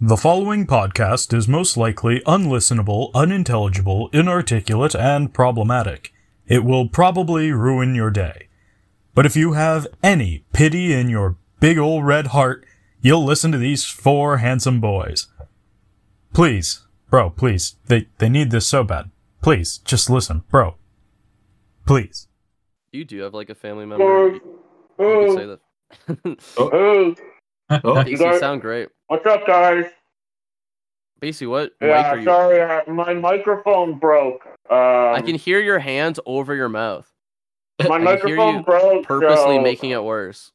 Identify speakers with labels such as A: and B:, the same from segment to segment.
A: The following podcast is most likely unlistenable, unintelligible, inarticulate, and problematic. It will probably ruin your day. But if you have any pity in your big ol' red heart, you'll listen to these four handsome boys. Please, bro, please. They they need this so bad. Please, just listen, bro. Please.
B: You do have like a family member. You, you could say that.
C: Hey,
D: Oh,
B: Casey,
C: Sorry.
B: sound great.
C: what's up, guys?
B: Casey, what mic
C: Yeah,
B: are you?
C: sorry, uh, my microphone broke. Um,
B: I can hear your hands over your mouth,
C: my
B: I can hear
C: microphone
B: you
C: broke.
B: purposely
C: so-
B: making it worse.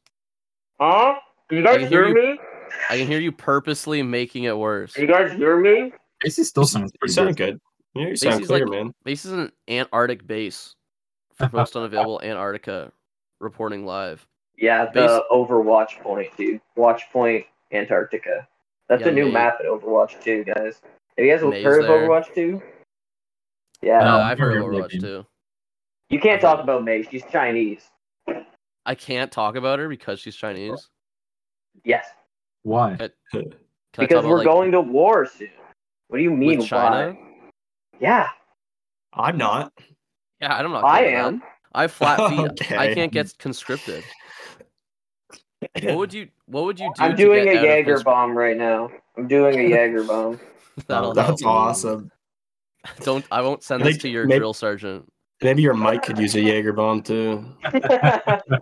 C: Huh? Can you
B: I
C: guys
B: can
C: hear
B: hear
C: me?
B: I can hear you purposely making it worse.
C: Can you guys hear me?
D: Casey still sounds You pretty sound good. good. Yeah, you sound
B: Casey's
D: clear,
B: like-
D: man.
B: This is an Antarctic base for most unavailable Antarctica reporting live.
E: Yeah, the
B: Base-
E: Overwatch point, dude. Watch point Antarctica. That's
B: Yeah,
E: a new
B: May-
E: map in Overwatch 2, guys. Have you guys
B: May's
E: heard
B: there.
E: of Overwatch 2? Yeah.
B: Uh,
D: No.
B: I've heard
D: heard
B: of
D: of that
B: Overwatch
D: game.
B: too.
E: You can't talk about May. She's Chinese.
B: I can't talk about her because she's Chinese.
E: Yes.
D: Why?
B: Can I
E: because
B: talk
E: we're
B: about, like,
E: going to war soon. What do you mean,
B: with China?
E: why? Yeah,
D: I'm not.
B: Yeah, I don't know.
E: I am.
B: I have flat feet. I
D: Okay.
B: can't get conscripted. What would you What would you do?
E: I'm
B: to
E: doing
B: get out
E: a
B: of
E: Jaeger
B: conscript-
E: bomb right now. I'm doing a Jaeger bomb.
B: That'll
D: That's
B: help.
D: awesome.
B: Don't I won't send
D: I
B: this
D: think
B: to your
D: may-
B: drill sergeant.
D: Maybe your mic could use a Jaeger bomb too.
E: I'm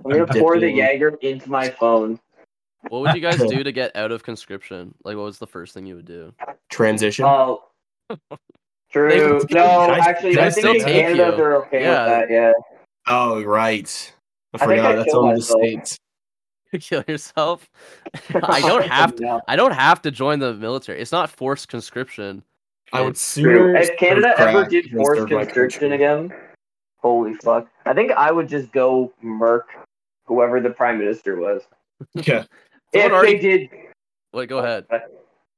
E: gonna pour the Jaeger into my phone.
B: What would you guys do to get out of conscription? Like, what was the first thing you would do?
D: Transition.
E: Oh. True.
D: They-
E: No,
D: Can I-
E: actually,
D: can
E: I
B: I
E: think
B: still
E: in
B: take
E: Canada
B: you?
E: they're okay
B: Yeah.
E: with that. Yeah.
D: oh, right. I
E: I think
D: forgot.
E: I
D: That's
E: killed
D: only the
E: myself.
D: states.
B: Kill yourself. I don't have to. I don't have to join the military. It's not forced conscription.
D: I would
B: It's
D: sooner.
E: True. If Canada
D: serve
E: ever
D: crack
E: did
D: than
E: force
D: serve my
E: conscription
D: country.
E: again, holy fuck! I think I would just go murk whoever the prime minister was.
D: Yeah.
E: If
B: Someone already-
E: they did,
B: Wait, go ahead.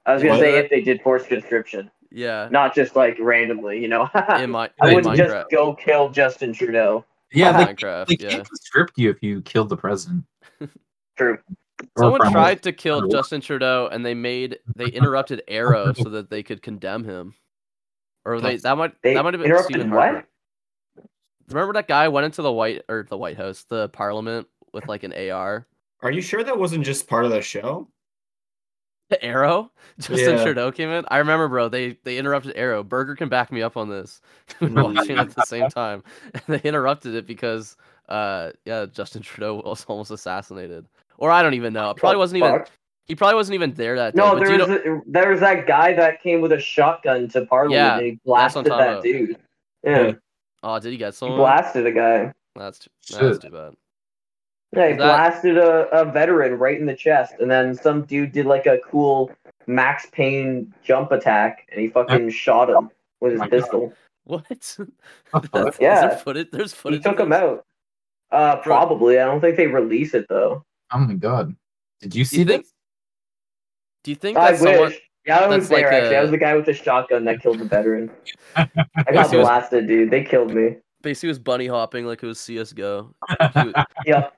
E: I was gonna
D: What?
E: say if they did force conscription,
B: Yeah,
E: not just like randomly, you know.
B: in my
E: I
B: in
E: wouldn't
B: Minecraft.
E: just go kill Justin Trudeau.
B: Yeah,
D: Yeah, they,
B: Minecraft.
D: they
B: yeah.
D: can't conscript you if you killed the president. or
E: True.
B: Someone
D: prime
B: tried to kill
D: Or-
B: Justin Trudeau, and they made they interrupted Arrow so that they could condemn him. Or they that might
E: They
B: that might have been
E: interrupted
B: Stephen
E: what?
B: Harper. Remember that guy went into the white or the White House, the Parliament, with like an AR.
D: Are you sure that wasn't just part of the show?
B: The Arrow? Justin
D: Yeah.
B: Trudeau came in. I remember, bro. They they interrupted Arrow. Burger can back me up on this. we were watching it at the same time, and they interrupted it because, uh, yeah, Justin Trudeau was almost assassinated. Or I don't even know. It probably wasn't even.
E: Fuck.
B: He probably wasn't even there that day.
E: No,
B: but do
E: there
B: you
E: was
B: know-
E: a, there was that guy that came with a shotgun to Parliament
B: Yeah,
E: and he
B: that's what I'm
E: blasted that
B: talking
E: dude. Yeah,
D: Yeah.
E: he
B: oh, did he get someone?
E: blasted a guy.
B: That's too, that's
D: Shit.
B: too bad.
E: Yeah, he
B: That-
E: blasted a, a veteran right in the chest, and then some dude did like a cool Max Payne jump attack, and he fucking shot him with his
D: My God.
E: pistol.
B: What? That's-
D: Fuck.
B: is
E: Oh, Yeah.
B: there footage. There's
E: He
B: footage. of
E: took him
B: this?
E: out. Uh, probably. I don't think they release it though.
D: Oh my god. Did you
B: Do
D: see
B: you
D: that?
B: think? Do you think
E: I
B: that
E: wish.
B: someone?
E: yeah, I was
B: that's like
E: there actually. I was
B: a-
E: the guy with the shotgun that killed the veteran. I got
B: He was-
E: blasted, dude. They killed me.
B: Basically, was bunny hopping like it was CS:GO. He was-
E: Yeah.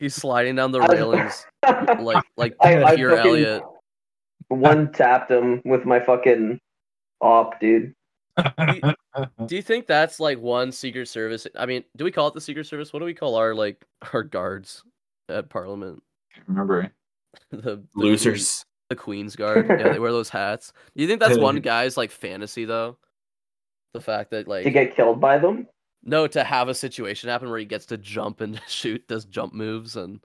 B: he's sliding down the
E: I was-
B: railings like like
E: I, I
B: pure
E: fucking
B: Elliot.
E: one tapped him with my fucking op, dude.
B: Do you think that's like one Secret Service? I mean, do we call it the Secret Service? What do we call our like our guards at Parliament?
D: Remember it.
B: The, the Queen-
D: Losers.
B: the Queen's Guard. yeah, they wear those hats. Do you think that's one guy's like fantasy though? The fact that like
E: To get killed by them.
B: no, to have a situation happen where he gets to jump and shoot, does jump moves and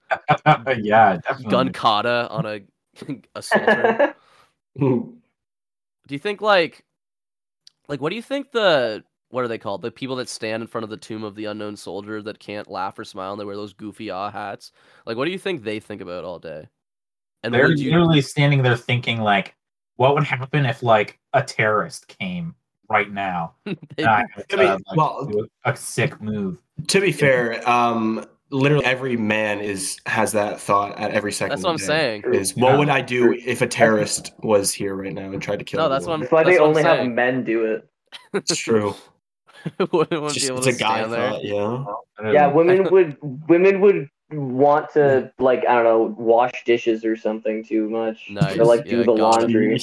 D: yeah, definitely.
B: gun kata on a assaulter.
D: Hmm.
B: do you think like like what do you think the what are they called the people that stand in front of the tomb of the unknown soldier that can't laugh or smile and they wear those goofy ah hats like what do you think they think about all day and
F: They're
B: would you
F: literally standing there thinking, like, what would happen if like a terrorist came right now?
B: they-
F: Uh,
D: I mean,
F: like,
D: well,
F: do a sick move.
D: to be fair, um, literally every man is has that thought at every second.
B: that's what i'm
D: of the day,
B: saying
D: Is what
F: Yeah.
D: would I do if a terrorist was here right now and tried to kill?
B: no that's what
D: everyone?
B: i'm
E: That's why they
B: what I'm
E: only have
B: saying.
E: men do it.
D: It's true.
B: Wouldn't
D: It's,
B: be
D: just,
B: able
D: it's
B: to
D: a guy
B: stand there.
D: thought, yeah.
E: Yeah,
B: Um,
E: women would women would want to like I don't know wash dishes or something too much,
B: Nice,
E: or like do
B: yeah,
E: the
B: got it.
E: laundry.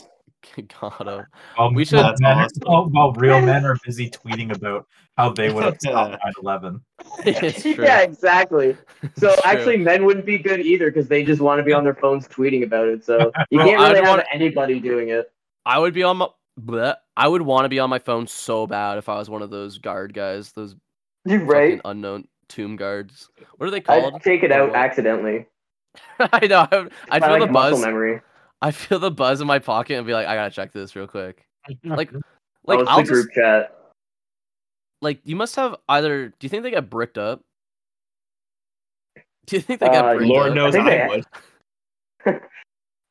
B: God, oh.
F: While,
B: We
F: we
B: should-
F: should,
D: That's
F: men,
D: awesome.
F: while, while real men are busy tweeting about how they would have stopped 9 11.
B: it's true.
E: yeah, exactly. So
B: It's true.
E: actually, men wouldn't be good either because they just want to be on their phones tweeting about it. So you
B: Well,
E: can't
B: I'd
E: really have
B: want-
E: anybody doing it.
B: I would be on my. bleh. I would want to be on my phone so bad if I was one of those guard guys, those fucking
E: Right?
B: unknown tomb guards. What are they called?
E: I'd take it out
B: Called?
E: accidentally.
B: I know. I, would- I'd
E: I
B: feel
E: like
B: the buzz.
E: muscle memory.
B: I feel the buzz in my pocket and be like, I gotta check this real quick. Like,
E: Like,
B: like
E: was
B: I'll
E: Oh, the
B: just
E: group chat.
B: like you must have either. Do you think they got bricked up? Do you think they got
E: Uh,
B: bricked
D: Lord
B: up?
D: knows
E: I think
D: I,
E: they-
D: would.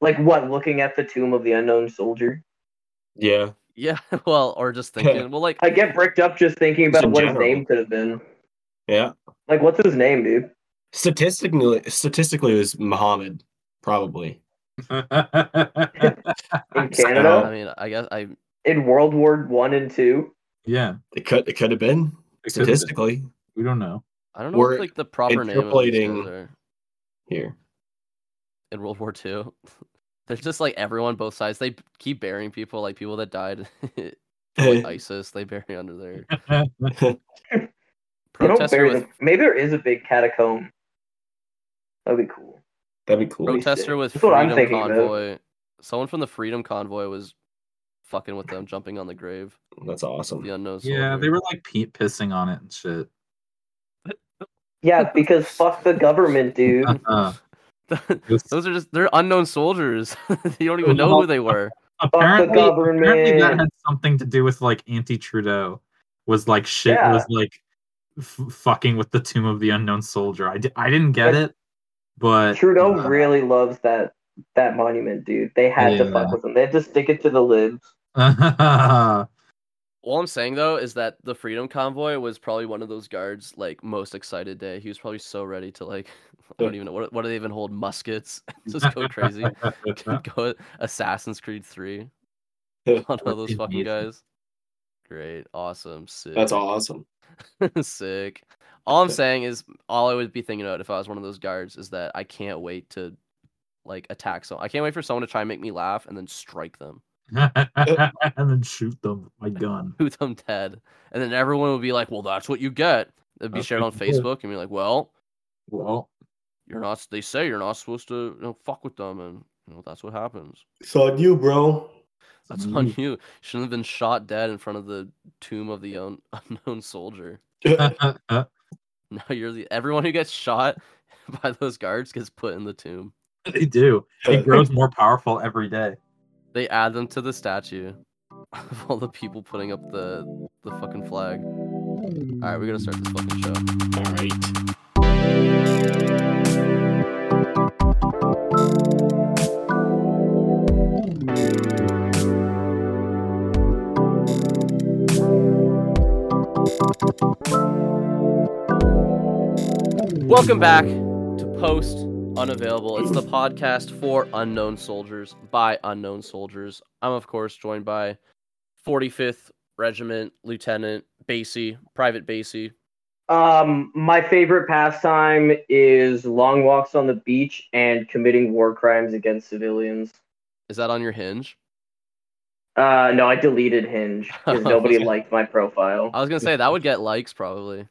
E: Like what? Looking at the tomb of the unknown soldier.
D: Yeah.
B: Yeah. Well, or just thinking. well, like
E: I get bricked up just thinking
D: Just
E: about
D: in
E: what his
D: general.
E: name could have been.
D: Yeah.
E: Like, what's his name, dude?
D: Statistically, statistically, it was Muhammad probably.
E: In
D: So-
B: I
E: Canada,
B: mean, I guess I
E: in World War One and Two.
F: yeah.
D: It could. It could have been
F: It could have been.
D: statistically
F: We don't know.
B: I don't know
D: We're
B: what like the proper name of these
D: interpolating-
B: guys are
D: here.
B: in World War Two. They're just like everyone, both sides. They keep burying people, like people that died in ISIS. They bury under there.
E: You don't
B: Protester
E: bury
B: with
E: them. Maybe there is a big catacomb. That'd be cool.
D: That'd be cool.
E: Really?
B: protester with
E: That's what I'm
B: Freedom
E: thinking about.
B: Convoy. Someone from the Freedom Convoy was fucking with them, jumping on the grave.
D: That's awesome.
B: The unknown.
F: Yeah,
B: soldier.
F: they were like pe- pissing on it and shit.
E: Yeah, because fuck the government, dude.
F: Uh,
B: Those are just they're unknown soldiers. you don't even know who they were.
E: fuck the
F: apparently, apparently that
E: government.
F: had something to do with like anti Trudeau was like shit
E: Yeah.
F: was like f- fucking with the tomb of the unknown soldier. I, di- I didn't get
E: Like,
F: it, but
E: Trudeau
F: uh,
E: really loves that that monument, dude. They had to fuck
F: Yeah.
E: with him. They had to stick it to the libs.
B: All I'm saying though is that the Freedom Convoy was probably one of those guards like most excited day. He was probably so ready to like I don't even know what what do they even hold muskets just go crazy. go Assassin's Creed 3. One of those fucking
F: Amazing.
B: guys. Great, awesome, sick.
D: That's awesome.
B: Sick. All I'm saying is, all I would be thinking about if I was one of those guards is that I can't wait to like attack someone. I can't wait for someone to try and make me laugh and then strike them,
F: and then shoot them with my gun.
B: shoot them dead, and then everyone would be like, "Well, that's what you get." It'd be
F: That's
B: shared on
F: what you get.
B: Facebook and be like, "Well,
F: Well,
B: you're not. They say you're not supposed to you know, fuck with them, and you know that's what happens.
D: It's on you, bro.
B: That's on
F: Mm.
B: you. Shouldn't have been shot dead in front of the tomb of the un- unknown soldier. Now you're the everyone who gets shot by those guards gets put in the tomb."
F: they do. It grows more powerful every day.
B: They add them to the statue of all the people putting up the the fucking flag. All right, we're gonna start this fucking show.
D: All right.
B: Welcome back to Post Unavailable. It's the podcast for unknown soldiers by unknown soldiers. I'm of course joined by 45th Regiment Lieutenant Basie, Private Basie.
E: Um, my favorite pastime is long walks on the beach and committing war crimes against civilians.
B: Is that on your hinge?
E: Uh, no, I deleted Hinge because nobody liked my profile.
B: I was gonna say that would get likes probably.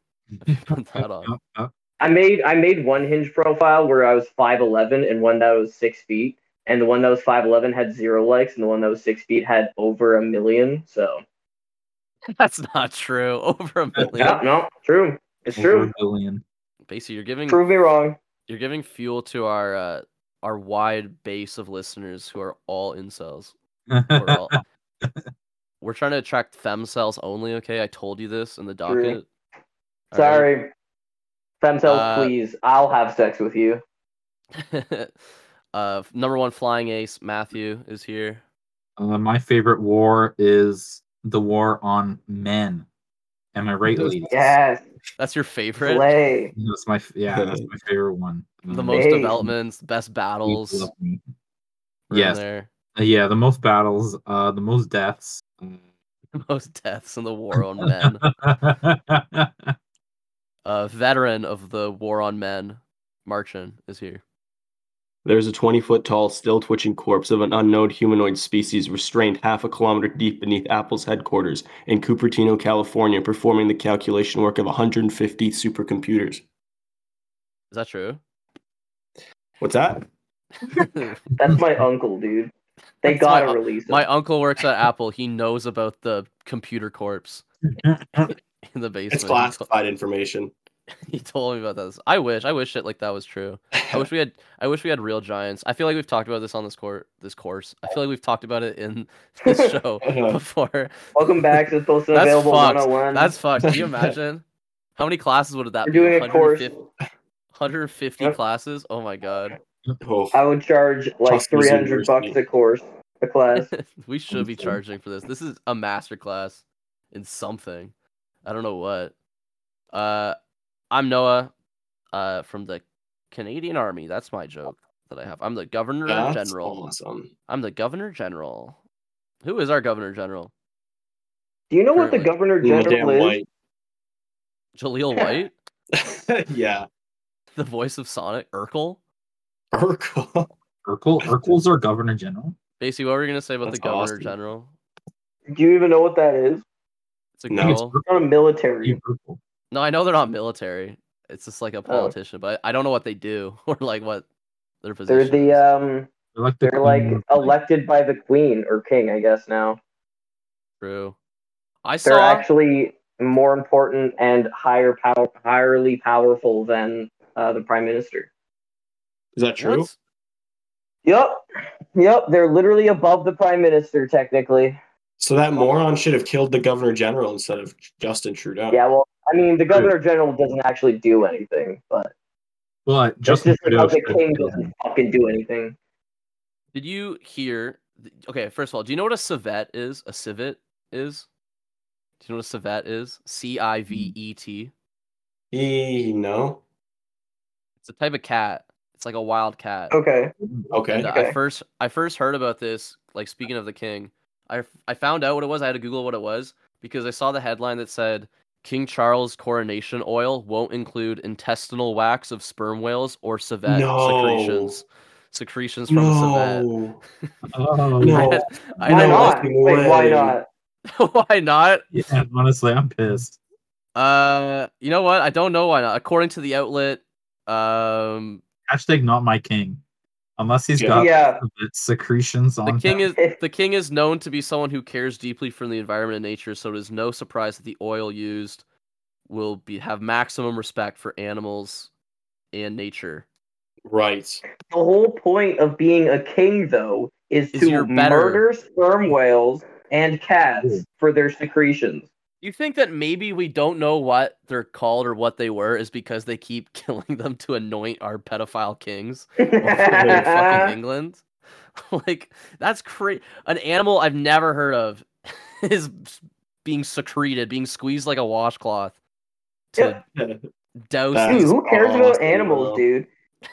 B: if you Put that on.
E: I made I made one Hinge profile where I was five eleven and one that was six feet, and the one that was five eleven had zero likes, and the one that was six feet had over a million. So
B: That's not true. Over a
E: yeah,
B: million.
E: no, true, it's
F: Over a
E: true.
F: billion.
B: Basie, you're giving
E: Prove me wrong.
B: You're giving fuel to our uh, our wide base of listeners who are all incels. We're, all... We're trying to attract fem cells only. Okay, I told you this in the docket.
E: True.
B: All right.
E: Sorry, femcells,
B: Uh,
E: please. I'll have sex with you.
B: uh, f- number one flying ace Matthew is here.
F: Uh, my favorite war is the war on men. Am I right, ladies?
E: Yes,
B: That's your favorite.
E: play.
F: That's my f- yeah. That's my favorite one.
B: The
F: Um,
B: most
E: Hey.
B: developments, best battles.
F: people love me.
B: were in
F: Yes.
B: there.
F: Uh, Yeah, the most battles, uh, the most deaths.
B: most deaths in the war on men. A veteran of the war on men, Marchin is here.
D: There's a 20 foot tall, still twitching corpse of an unknown humanoid species restrained half a kilometer deep beneath Apple's headquarters in Cupertino, California, performing the calculation work of 150 supercomputers.
B: Is that true?
D: What's that?
E: That's my uncle, dude. They
B: That's
E: gotta
B: my-
E: release him.
B: My uncle works at Apple. He knows about the computer corpse in the basement.
D: It's
B: He to-
D: classified information.
B: He told me about this. I wish. I wish shit like that was true. I wish we had. I wish we had real giants. I feel like we've talked about this on this court, this course. I feel like we've talked about it in this show before.
E: Welcome back to Supposed to
B: That's
E: Available
B: fucked.
E: 101.
B: That's fucked. Can you imagine? How many classes would that
E: We're
B: be?
E: doing a course.
B: 150 150
E: Yep.
B: classes? Oh my god.
D: Oh,
E: I would charge like
D: Trust me,
E: 300
D: university.
E: bucks a course, a class.
B: we should be charging for this. This is a master class in something. I don't know what. Uh I'm Noah uh from the Canadian Army. That's my joke that I have. I'm the Governor
D: that's
B: General.
D: awesome.
B: I'm the Governor General. Who is our Governor General?
E: Do you know what the
B: Currently.
E: governor
D: You're
E: general
D: damn
E: is?
D: white.
B: Jaleel White?
D: yeah.
B: the voice of Sonic? Urkel?
D: Urkel.
F: Urkel, Urkel's our governor general.
B: Basically, what were you gonna say about
D: That's
B: the Governor
D: awesome.
B: General?
E: Do you even know what that is?
B: It's a
D: No.
F: I think it's
B: girl.
F: Urkel,
E: It's not a military.
F: Steve Urkel.
B: No, I know they're not military. It's just like a politician, but I don't know what they do or like what their position.
E: They're the
B: is.
E: um,
F: They're like the
E: they're like
F: queen of,
E: elected by the queen or king, I guess now.
B: True. I
E: They're
B: saw.
E: actually more important and higher power, higherly powerful than uh, the prime minister.
D: Is that true?
B: once-
E: Yep, yep. They're literally above the prime minister technically.
D: So that moron should have killed the governor general instead of Justin Trudeau.
E: Yeah, well, I mean, the governor general doesn't actually do anything, but
F: But
E: just
F: Justin
E: just
F: Trudeau
E: because the
F: should have
E: king
F: killed him.
E: doesn't fucking do anything.
B: Did you hear? Okay, first of all, do you know what a civet is? A civet is. Do you know what a civet is? C I V E T.
D: He, no.
B: It's a type of cat. It's like a wild cat.
E: Okay.
D: Okay.
B: And
E: Okay.
B: I first I first heard about this, like speaking of the king, I f- I found out what it was. I had to Google what it was because I saw the headline that said King Charles coronation oil won't include intestinal wax of sperm whales or civet
D: No.
B: secretions. Secretions from the
D: No.
F: Oh,
D: No.
B: civet. I
E: Why
D: know.
E: not?
D: Fucking
E: Wait, why
D: way.
E: not?
B: know why not.
F: yeah, honestly, I'm pissed.
B: Uh you know what? I don't know why not. According to the outlet, um
F: Hashtag not my king. Unless he's
D: Yeah.
F: got
E: Yeah.
F: secretions on
B: The king
F: him.
B: is the king is known to be someone who cares deeply for the environment and nature, so it is no surprise that the oil used will be have maximum respect for animals and nature.
D: Right.
E: The whole point of being a king, though, is,
B: Is
E: to
B: you're better.
E: murder sperm whales and
D: Hmm.
E: cats for their secretions.
B: You think that maybe we don't know what they're called or what they were is because they keep killing them to anoint our pedophile kings over fucking
E: yeah,
B: England? Like that's crazy. An animal I've never heard of is being secreted, being squeezed like a washcloth to douse
D: That
E: dude,
B: these
E: who cares about
D: awesome,
E: animals,
D: bro.
E: dude?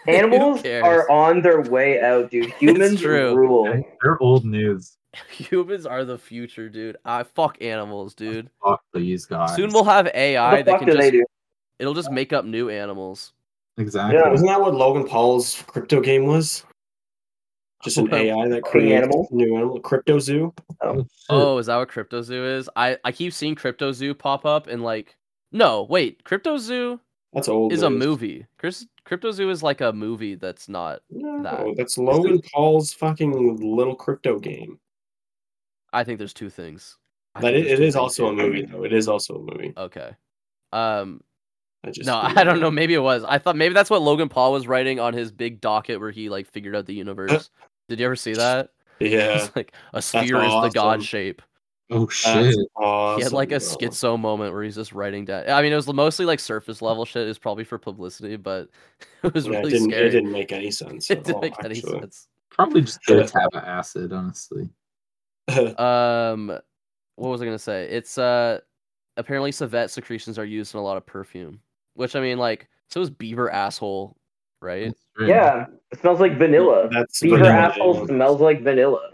E: Animals
B: cares?
E: are on their way out, dude. Humans
B: true.
E: rule.
F: They're old news.
B: Humans are the future, dude. I fuck animals, dude.
F: Fuck these guys.
B: Soon we'll have
E: What
B: AI
E: the
B: that
E: fuck
B: can
E: do
B: just
E: they do?
B: it'll just make up new animals.
F: exactly.
E: Yeah.
D: Isn't that what Logan Paul's crypto game was? Just an
B: Well,
D: AI that creates
E: animals?
D: new animal. Crypto zoo.
F: Oh, shit.
B: Oh, is that what CryptoZoo is? I I keep seeing CryptoZoo pop up and like no, wait, CryptoZoo
D: That's old.
B: is a
D: news.
B: movie. Chris CryptoZoo is like a movie that's not.
D: No,
B: Nah.
D: that's Logan Paul's fucking little crypto game.
B: I think there's two things. I
D: That
B: think
D: it,
B: there's
D: it
B: two
D: is
B: things
D: also a
B: here.
D: movie though. It is also a movie.
B: Okay. Um
D: I just
B: no, I don't know. Maybe it was. I thought maybe that's what Logan Paul was writing on his big docket where he like figured out the universe. Did you ever see that?
D: Yeah.
B: It's like a sphere is the
D: awesome.
B: god shape.
F: Oh
D: That's
F: shit.
D: awesome,
B: he had like a
D: bro.
B: schizo moment where he's just writing down. I mean, it was mostly like surface level shit. It was probably for publicity, but it was
D: Yeah,
B: really
D: it, didn't,
B: scary.
D: it didn't make any sense.
B: It
D: at
B: didn't
D: all,
B: make any
D: actually.
B: sense.
F: Probably just did a tab of acid, honestly.
B: Um, what was I gonna say? It's uh, apparently civet secretions are used in a lot of perfume, which I mean, like, so is beaver asshole, right?
F: It's true.
E: Yeah, it smells like vanilla.
D: That's
E: Beaver
D: vanilla.
E: apple smells like vanilla.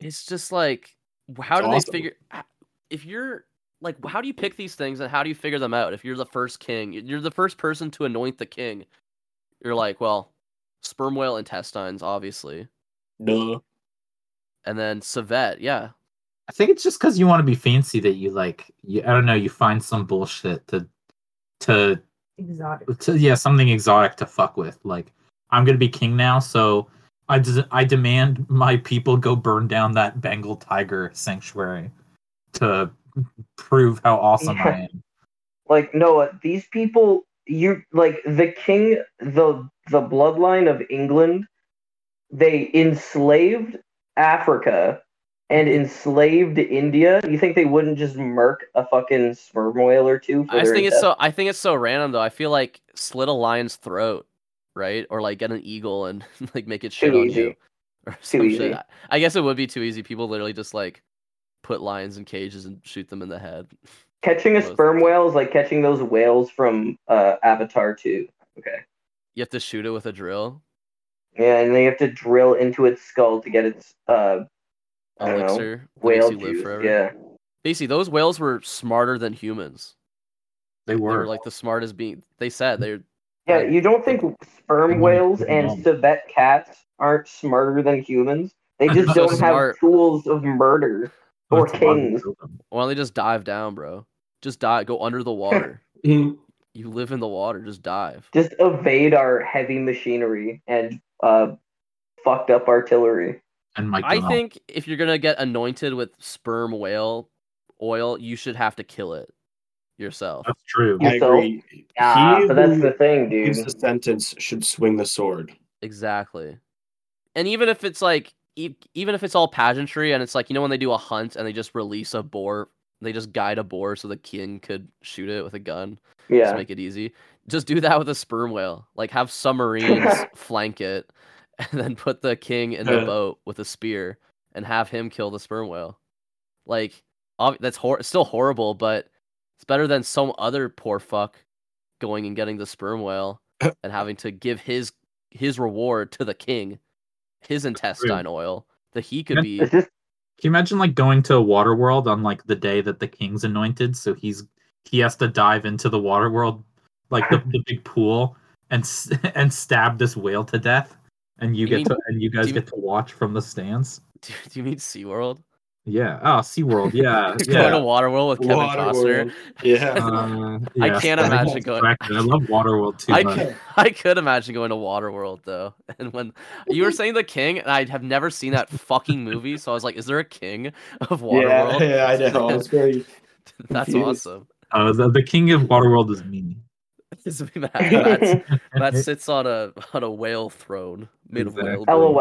B: It's just like, w- how
D: It's
B: do
D: awesome.
B: they figure? h- If you're like, how do you pick these things and how do you figure them out? If you're the first king, you're the first person to anoint the king. You're like, well, sperm whale intestines, obviously,
D: Duh.
B: and then civet. Yeah,
F: I think it's just because you want to be fancy that you like. You, I don't know. You find some bullshit to, to,
G: Exotic.
F: to yeah, something exotic to fuck with. Like I'm gonna be king now, so I des- I demand my people go burn down that Bengal tiger sanctuary to prove how awesome I am.
E: like Noah, these people you like the king the the bloodline of England they enslaved Africa and enslaved India. You think they wouldn't just murk a fucking sperm whale or two for
B: I just
E: their
B: think it's
E: death?
B: so. I think it's so random though. I feel like slit a lion's throat, right? Or like get an eagle and like make it shit on
E: easy.
B: you. Or some shit.
E: easy.
B: I- I guess it would be too easy. People literally just like put lions in cages and shoot them in the head.
E: catching a sperm whale is like catching those whales from uh, Avatar 2.
B: You have to shoot it with a drill.
E: Yeah, and they have to drill into its skull to get its uh I don't know,
B: Elixir. that makes
E: whale
B: you live
E: juice.
B: forever.
E: Yeah.
B: Basically, those whales were smarter than humans.
F: They
B: They were
F: were
B: like the smartest being. They said they're
E: Yeah, you don't think sperm
F: Mhm.
E: whales and
F: Mhm.
E: civet cats aren't smarter than humans? They just
B: So
E: don't
B: smart.
E: have tools of murder. or
F: That's why we
E: kings.
F: built them.
B: why don't they just dive down, bro? Just dive. Go under the water.
D: Mhm.
B: you live in the water. Just dive.
E: Just evade our heavy machinery and uh, fucked up artillery.
F: And Mike,
B: I
F: Donald.
B: think if you're gonna get anointed with sperm whale oil, you should have to kill it yourself.
F: that's true.
D: I
E: So-
D: agree.
E: Yeah,
D: He
E: but Ah, that's
D: who
E: the thing, dude.
D: gives the sentence should swing the sword.
B: Exactly. And even if it's like, e- even if it's all pageantry, and it's like you know when they do a hunt and they just release a boar, they just guide a boar so the king could shoot it with a gun. Just
E: yeah,
B: make it easy. Just do that with a sperm whale. Like have submarines flank it, and then put the king in the
D: Yeah.
B: boat with a spear and have him kill the sperm whale. Like ob- that's hor- it's still horrible, but it's better than some other poor fuck going and getting the sperm whale and having to give his his reward to the king, his intestine oil that he could be.
E: it's just
F: Can you imagine like going to a water world on like the day that the king's anointed? So he's he has to dive into the water world, like the, the big pool, and s- and stab this whale to death, and you
B: You
F: get
B: mean-
F: to and you guys
B: you
F: get to watch from the stands.
B: Do, do you mean SeaWorld?
F: Yeah. Oh, SeaWorld. Yeah.
B: Just
F: yeah.
B: Going to Waterworld with Kevin Costner.
D: Waterworld. Yeah.
F: Uh,
B: I
F: yeah,
B: can't
F: so
B: imagine
F: that's
B: going-
F: correct. I love Waterworld too
B: I
F: much.
B: could, I could imagine going to Waterworld though. And when you were saying the king, and I have never seen that fucking movie, so I was like, is there a king of
D: yeah,
B: Waterworld?
D: yeah, I know. It's very
B: That's
D: confused.
B: awesome.
F: Uh, the, the king of Waterworld is me.
B: This would be Matt, Matt, Matt sits on a on a whale throne made of whale.
F: Exactly.
B: bone.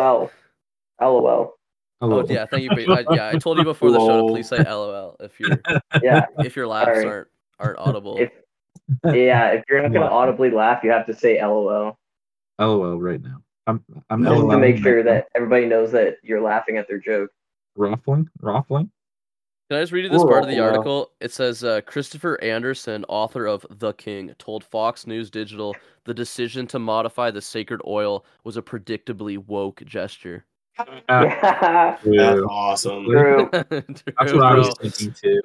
E: LOL. LOL.
B: Oh yeah, thank you. For, I, yeah, I told you before the show to
D: Lol.
B: please say LOL if your
E: Yeah,
B: if your laughs
E: Sorry.
B: aren't aren't audible.
E: If- yeah. If you're not gonna audibly laugh, you have to say LOL
F: LOL right now. I'm I'm
E: just to
F: LOL
E: make
F: right
E: sure
F: now.
E: that everybody knows that you're laughing at their joke.
F: ruffling, ruffling.
B: Can I just read you this part of the
E: Rural.
B: article? It says uh, Christopher Anderson, author of The King, told Fox News Digital the decision to modify the sacred oil was a predictably woke gesture.
F: Uh,
E: Yeah.
B: Uh,
D: that's
F: True.
D: awesome.
E: True.
F: That's
B: True,
F: what I was
B: bro.
F: thinking too.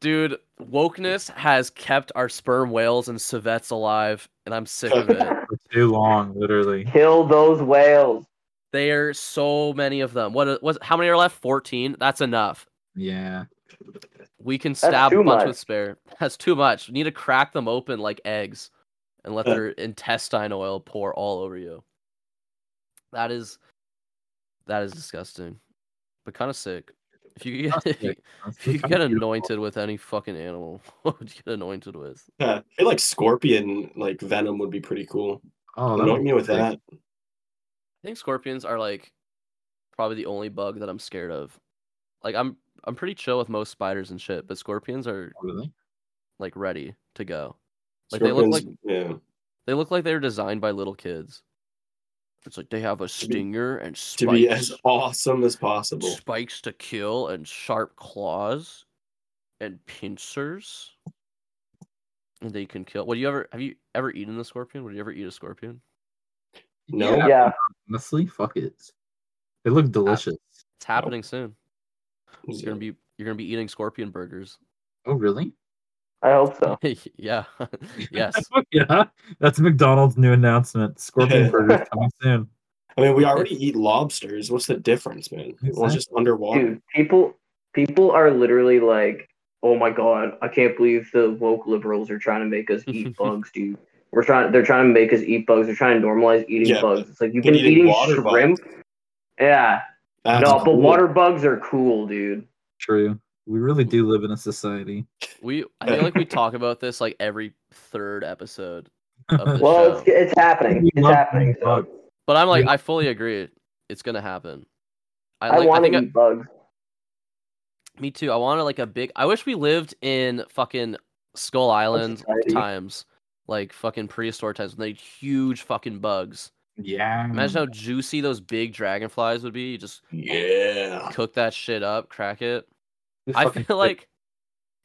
B: Dude, wokeness has kept our sperm whales and civets alive, and I'm sick of it.
F: For too long, literally.
E: Kill those whales.
B: There are so many of them. What was how many are left? 14. That's enough.
F: Yeah.
B: We can stab a
E: too
B: bunch
E: much.
B: with spare. That's too much. We need to crack them open like eggs and let their intestine oil pour all over you. That is that is disgusting. But kind of sick. If you could get
F: sick.
B: if you could get anointed with any fucking animal, what would you get anointed with?
D: Yeah, I feel like scorpion like venom would be pretty cool.
F: Oh, that
D: Anoint
F: would
D: me
F: be
D: with
F: sick.
D: that.
B: I think scorpions are like probably the only bug that I'm scared of. Like I'm I'm pretty chill with most spiders and shit, but scorpions are
F: Really?
B: like ready to go. Like they look like
D: Scorpions, yeah.
B: They look like they were designed by little kids. It's like they have a stinger and
D: To be
B: spikes,
D: as awesome as possible.
B: spikes to kill and sharp claws and pincers. And they can kill. What do you ever have you ever eaten the scorpion? Would you ever eat a scorpion?
D: No.
F: Yeah.
E: Yeah.
F: Honestly, fuck it. They
B: Ah.
F: look delicious.
B: It's happening soon. You're gonna be you're gonna be eating scorpion burgers.
F: Oh, really?
E: I hope so.
B: yeah. yes.
F: yeah, that's McDonald's new announcement. Scorpion burger coming soon.
D: I mean, we already eat lobsters. What's the difference, man? One's just underwater.
E: Dude, people people are literally like, "Oh my god, I can't believe the woke liberals are trying to make us eat bugs, dude. We're trying they're trying to make us eat bugs. They're trying to normalize eating
D: Yeah,
E: bugs. It's like you've
D: but
E: been
D: eating
E: eating,
D: water
E: shrimp. Yeah.
D: That's
E: no, but
D: cool.
E: water bugs are cool, dude.
F: True. We really do live in a society.
B: We I feel like we talk about this like every third episode of the
E: Well,
B: show.
E: it's, it's happening.
F: We
E: It's
F: love
E: happening.
F: eating
E: so
F: bugs.
B: But I'm like
F: Yeah.
B: I fully agree. It's gonna happen. I
E: I
B: like I
E: want
B: think
E: to
B: I-
E: eat bugs.
B: me too. I wanted like a big I wish we lived in fucking Skull Island
E: society.
B: times. Like fucking prehistoric times when they had huge fucking bugs.
F: Yeah.
D: Mm-hmm.
B: Imagine how juicy those big dragonflies would be. You just
D: Yeah.
B: cook that shit up, crack it.
F: Who
B: I
F: fucking-
B: feel like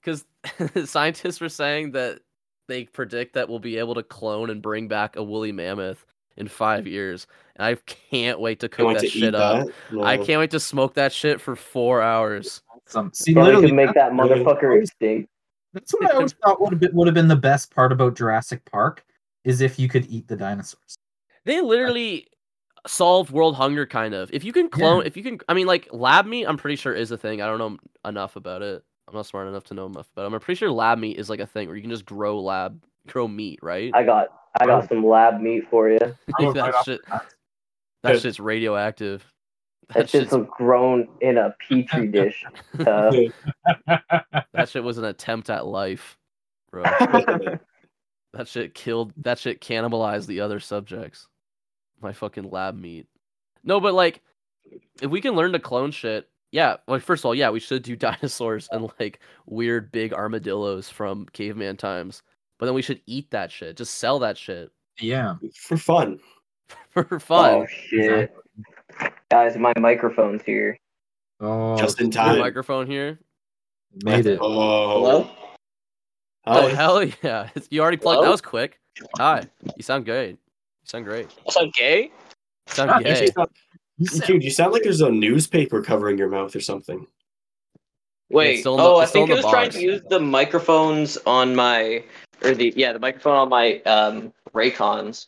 B: because scientists were saying that they predict that we'll be able to clone and bring back a woolly mammoth in five years, and I can't wait to
D: Can't
B: cook
D: wait
B: that
D: to eat
B: shit up.
D: that. Oh. No.
B: I can't wait to smoke that shit for four hours.
F: some see
E: Or we
F: literally
E: can make that
D: really-
E: motherfucker extinct.
F: that's what I always thought would have been would have been the best part about Jurassic Park is if you could eat the dinosaurs.
B: They literally solved world hunger, kind of. If you can clone, if you can, I mean, like lab meat, I'm pretty sure is a thing. I don't know enough about it. I'm not smart enough to know enough, but I'm pretty sure lab meat is like a thing where you can just grow lab, grow meat, right?
E: I got I got some lab meat for you.
F: would
B: that
F: right off
B: shit,
F: the bat.
B: that
D: Yeah.
B: shit's radioactive. That
E: That shit's
B: shit's,
E: grown in a petri dish. Uh,
B: that shit was an attempt at life, bro. that shit killed. That shit cannibalized the other subjects. My fucking lab meat. No, but like, if we can learn to clone shit, yeah. Like, first of all, yeah, we should do dinosaurs and like weird big armadillos from caveman times. But then we should eat that shit. Just sell that shit
F: Yeah.
D: For fun.
B: for fun.
E: oh shit, guys, my microphone's here.
F: Oh,
D: Just in
B: Your
D: time.
B: microphone here.
F: made it.
D: Oh.
B: Oh,
D: Hi.
B: hell yeah! It's, you already plugged. That
G: Hello?
B: was quick. Hi. You sound great. You sound great.
G: Is that gay?
B: You sound
D: You
B: gay.
D: sound- Dude, you sound like there's a newspaper covering your mouth or something.
G: Wait.
B: still in the-
G: oh, I
B: it's still
G: think
B: in
G: it
B: the
G: was trying
B: box.
G: to use the microphones on my or the yeah the microphone on my um Raycons.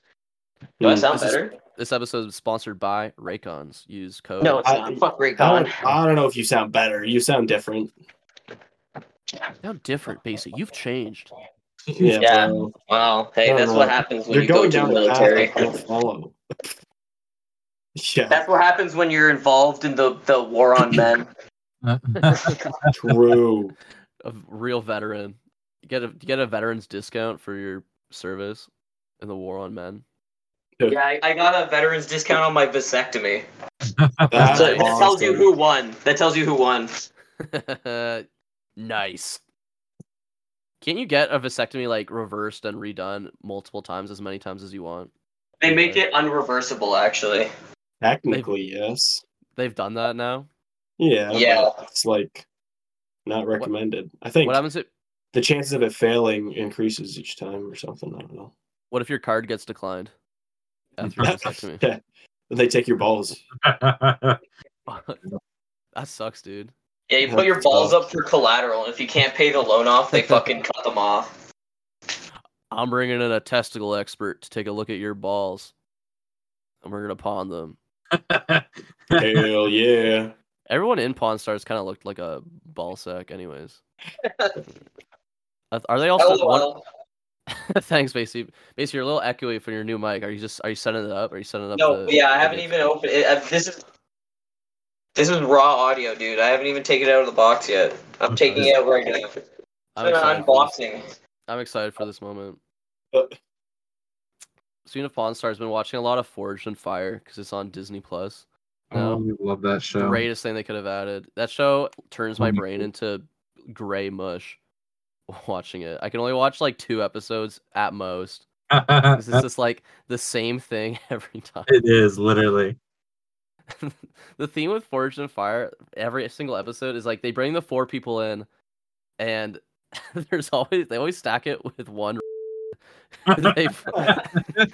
G: Do I
D: Mm.
G: sound
B: Hmm, This is-
G: better?
B: This episode is sponsored by Raycons. Use code.
G: No, it's
D: I-
G: not. Fuck
D: I
G: Raycon.
D: don't, Oh, I don't know if you sound better. You sound different.
B: How different, basic. You've changed.
D: Yeah.
G: Yeah.
D: bro.
G: Wow. Hey,
D: No,
G: that's
D: no.
G: what happens when
D: You're
G: you
D: going
G: go to
D: down
G: the
D: the path
G: military.
D: I don't follow. yeah,
G: That's what happens when you're involved in the, the war on men.
D: true.
B: A v- real veteran. You get a you get a veteran's discount for your service in the war on men.
G: yeah, I, I got a veteran's discount on my vasectomy.
D: That's
G: So that tells you
D: awesome.
G: who won. That tells you who won.
B: nice. Can't you get a vasectomy like reversed and redone multiple times as many times as you want?
G: They make it unreversible, actually.
D: Technically, yes.
B: They've done that now.
D: Yeah. but
G: Yeah.
D: It's like not recommended. I think
B: What happens if
D: the chances of it failing increases each time or something. I don't know.
B: what if your card gets declined after a vasectomy?
D: yeah. They take your balls.
B: that sucks, dude.
G: Yeah,
B: Oh,
G: you put your balls up for collateral, and if you can't pay the loan off, they fucking cut them off.
B: I'm bringing in a testicle expert to take a look at your balls, and we're gonna pawn them.
D: Hell yeah.
B: Everyone in Pawn Stars kind of looked like a ball sack, anyways. Uh, Are they also? one-
G: LOL.
B: Thanks, Basie. Basie, you're a little echoey for your new mic. Are you just are you setting it up? Are you setting up?
G: No,
B: the-
G: yeah, I
B: the
G: haven't
B: mic?
G: even opened it. I, this is this is raw audio, dude. I haven't even taken it out of the box yet. I'm taking it out right now. It's
B: I'm
G: been
B: excited
G: an
B: for this.
G: unboxing.
B: I'm excited for this moment.
D: Uh.
B: Speaking of Pawn Stars, been watching a lot of Forged and Fire because it's on Disney Plus.
F: oh,
B: Um,
F: we love that show.
B: greatest thing they could have added. That show turns my
F: Mhm.
B: brain into gray mush watching it. I can only watch like two episodes at most. 'cause It's just like the same thing every time.
F: it is literally.
B: the theme with Forged and Fire, every single episode is like they bring the four people in and there's always they always stack it with one who they-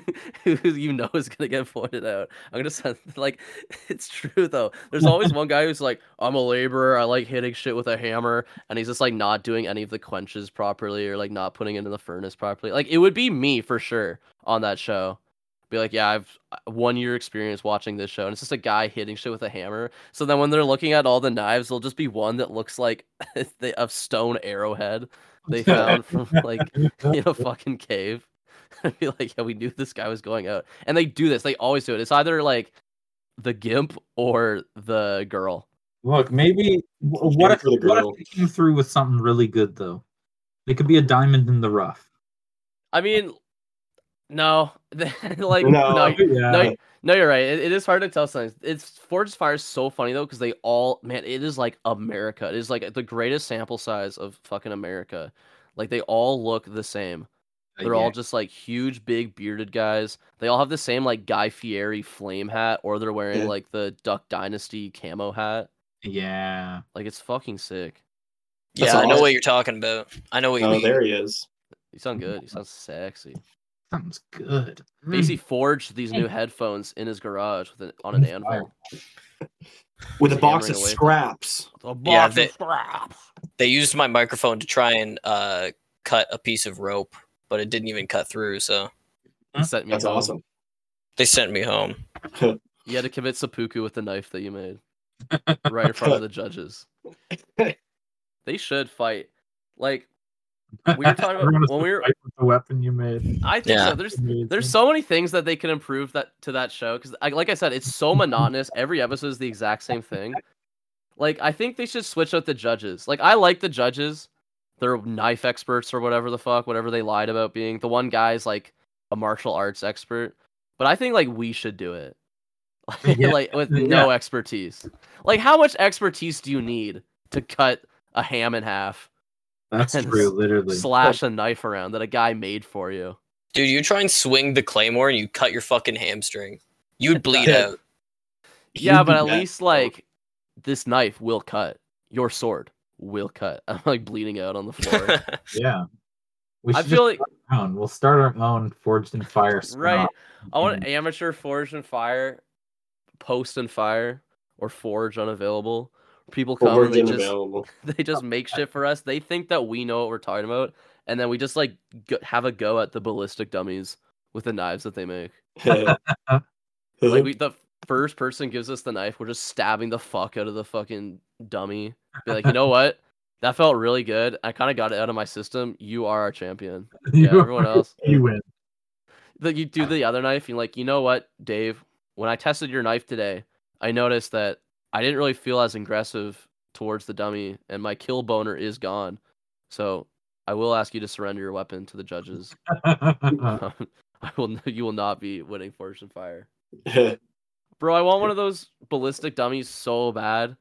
B: who you know is gonna get pointed out. I'm gonna send like it's true though. There's always one guy who's like, I'm a laborer, I like hitting shit with a hammer, and he's just like not doing any of the quenches properly or like not putting it into the furnace properly. Like it would be me for sure on that show. Be like, yeah, I've uh, one year experience watching this show, and it's just a guy hitting shit with a hammer. So then when they're looking at all the knives, there'll just be one that looks like the, a stone arrowhead they found from like in a fucking cave. I'd be like, yeah, we knew this guy was going out. And they do this. They always do it. It's either like the gimp or the girl.
F: Look, maybe wh- what
D: Shame
F: if,
D: for the
F: what
D: girl.
F: if they came through with something really good though? It could be a diamond in the rough.
B: I mean, no. like, no,
D: No.
B: you-
F: Oh, Yeah.
B: no, you- no, you're right. It, it is hard to tell sometimes. It's Forged Fire is so funny though because they all man, it is like America. It is like the greatest sample size of fucking America. Like they all look the same.
F: Uh,
B: They're all just like huge, big bearded guys. They all have the same like Guy Fieri flame hat, or they're wearing
D: Yeah.
B: like the Duck Dynasty camo hat.
F: yeah.
B: Like it's fucking sick.
D: That's
G: yeah, I know
D: awesome.
G: what you're talking about. I know what you
D: Oh,
G: mean.
D: there he is.
B: You sound good. You sound sexy.
F: Sounds good.
B: Basie forged these new headphones in his garage with an, on an
F: He's fired.
B: anvil.
D: With a
B: Hammering
D: box of
B: away.
D: scraps.
B: The
G: Yeah,
B: box
G: they-
B: of scraps.
G: They used my microphone to try and uh, cut a piece of rope, but it didn't even cut through. So
B: They sent me
D: That's
B: home.
D: awesome.
G: they sent me home.
B: You had to commit seppuku with the knife that you made, right in front of the judges. They should fight. Like
F: Mm.
B: We were talking about-
F: Everyone is
B: when we were-
F: surprised with the weapon you made.
B: I think
G: Yeah.
B: so. There's There's so many things that they can improve that to that show because, like I said, it's so monotonous. Every episode is the exact same thing. Like I think they should switch out the judges. Like I like the judges; they're knife experts or whatever the fuck, whatever they lied about being. The one guy's like a martial arts expert, but I think like we should do it,
F: Yeah.
B: like with no expertise. Like how much expertise do you need to cut a ham in half,
F: That's
B: and
F: true, literally.
B: slash a knife around that a guy made for you?
G: Dude, you try and swing the claymore and you cut your fucking hamstring. You'd bleed
D: Yeah.
G: out.
B: Yeah,
D: He'd
B: but
D: be
B: at
D: back.
B: least like this knife will cut. Your sword will cut. I'm like bleeding out on the floor.
F: Yeah. We
B: I
F: should just
B: feel like
F: start our own. We'll start our own forged in fire. Mm-hmm.
B: right.
F: spin-off.
B: I want amateur forge and fire, post and fire, or forge unavailable. People come and
D: Forwards
B: they
D: and
B: just
D: available.
B: they just make shit for us. They think that we know what we're talking about, and then we just like go- have a go at the ballistic dummies with the knives that they make. Like we, the first person gives us the knife, we're just stabbing the fuck out of the fucking dummy. Be like, you know what? That felt really good. I kind of got it out of my system. You are our champion. Yeah,
F: You-
B: everyone else.
F: You win.
B: That you do the other knife. You're like, you know what, Dave? When I tested your knife today, I noticed that I didn't really feel as aggressive towards the dummy, and my kill boner is gone. So I will ask you to surrender your weapon to the judges. I will. You will not be winning Fortune Fire. Bro, I want one of those ballistic dummies so bad.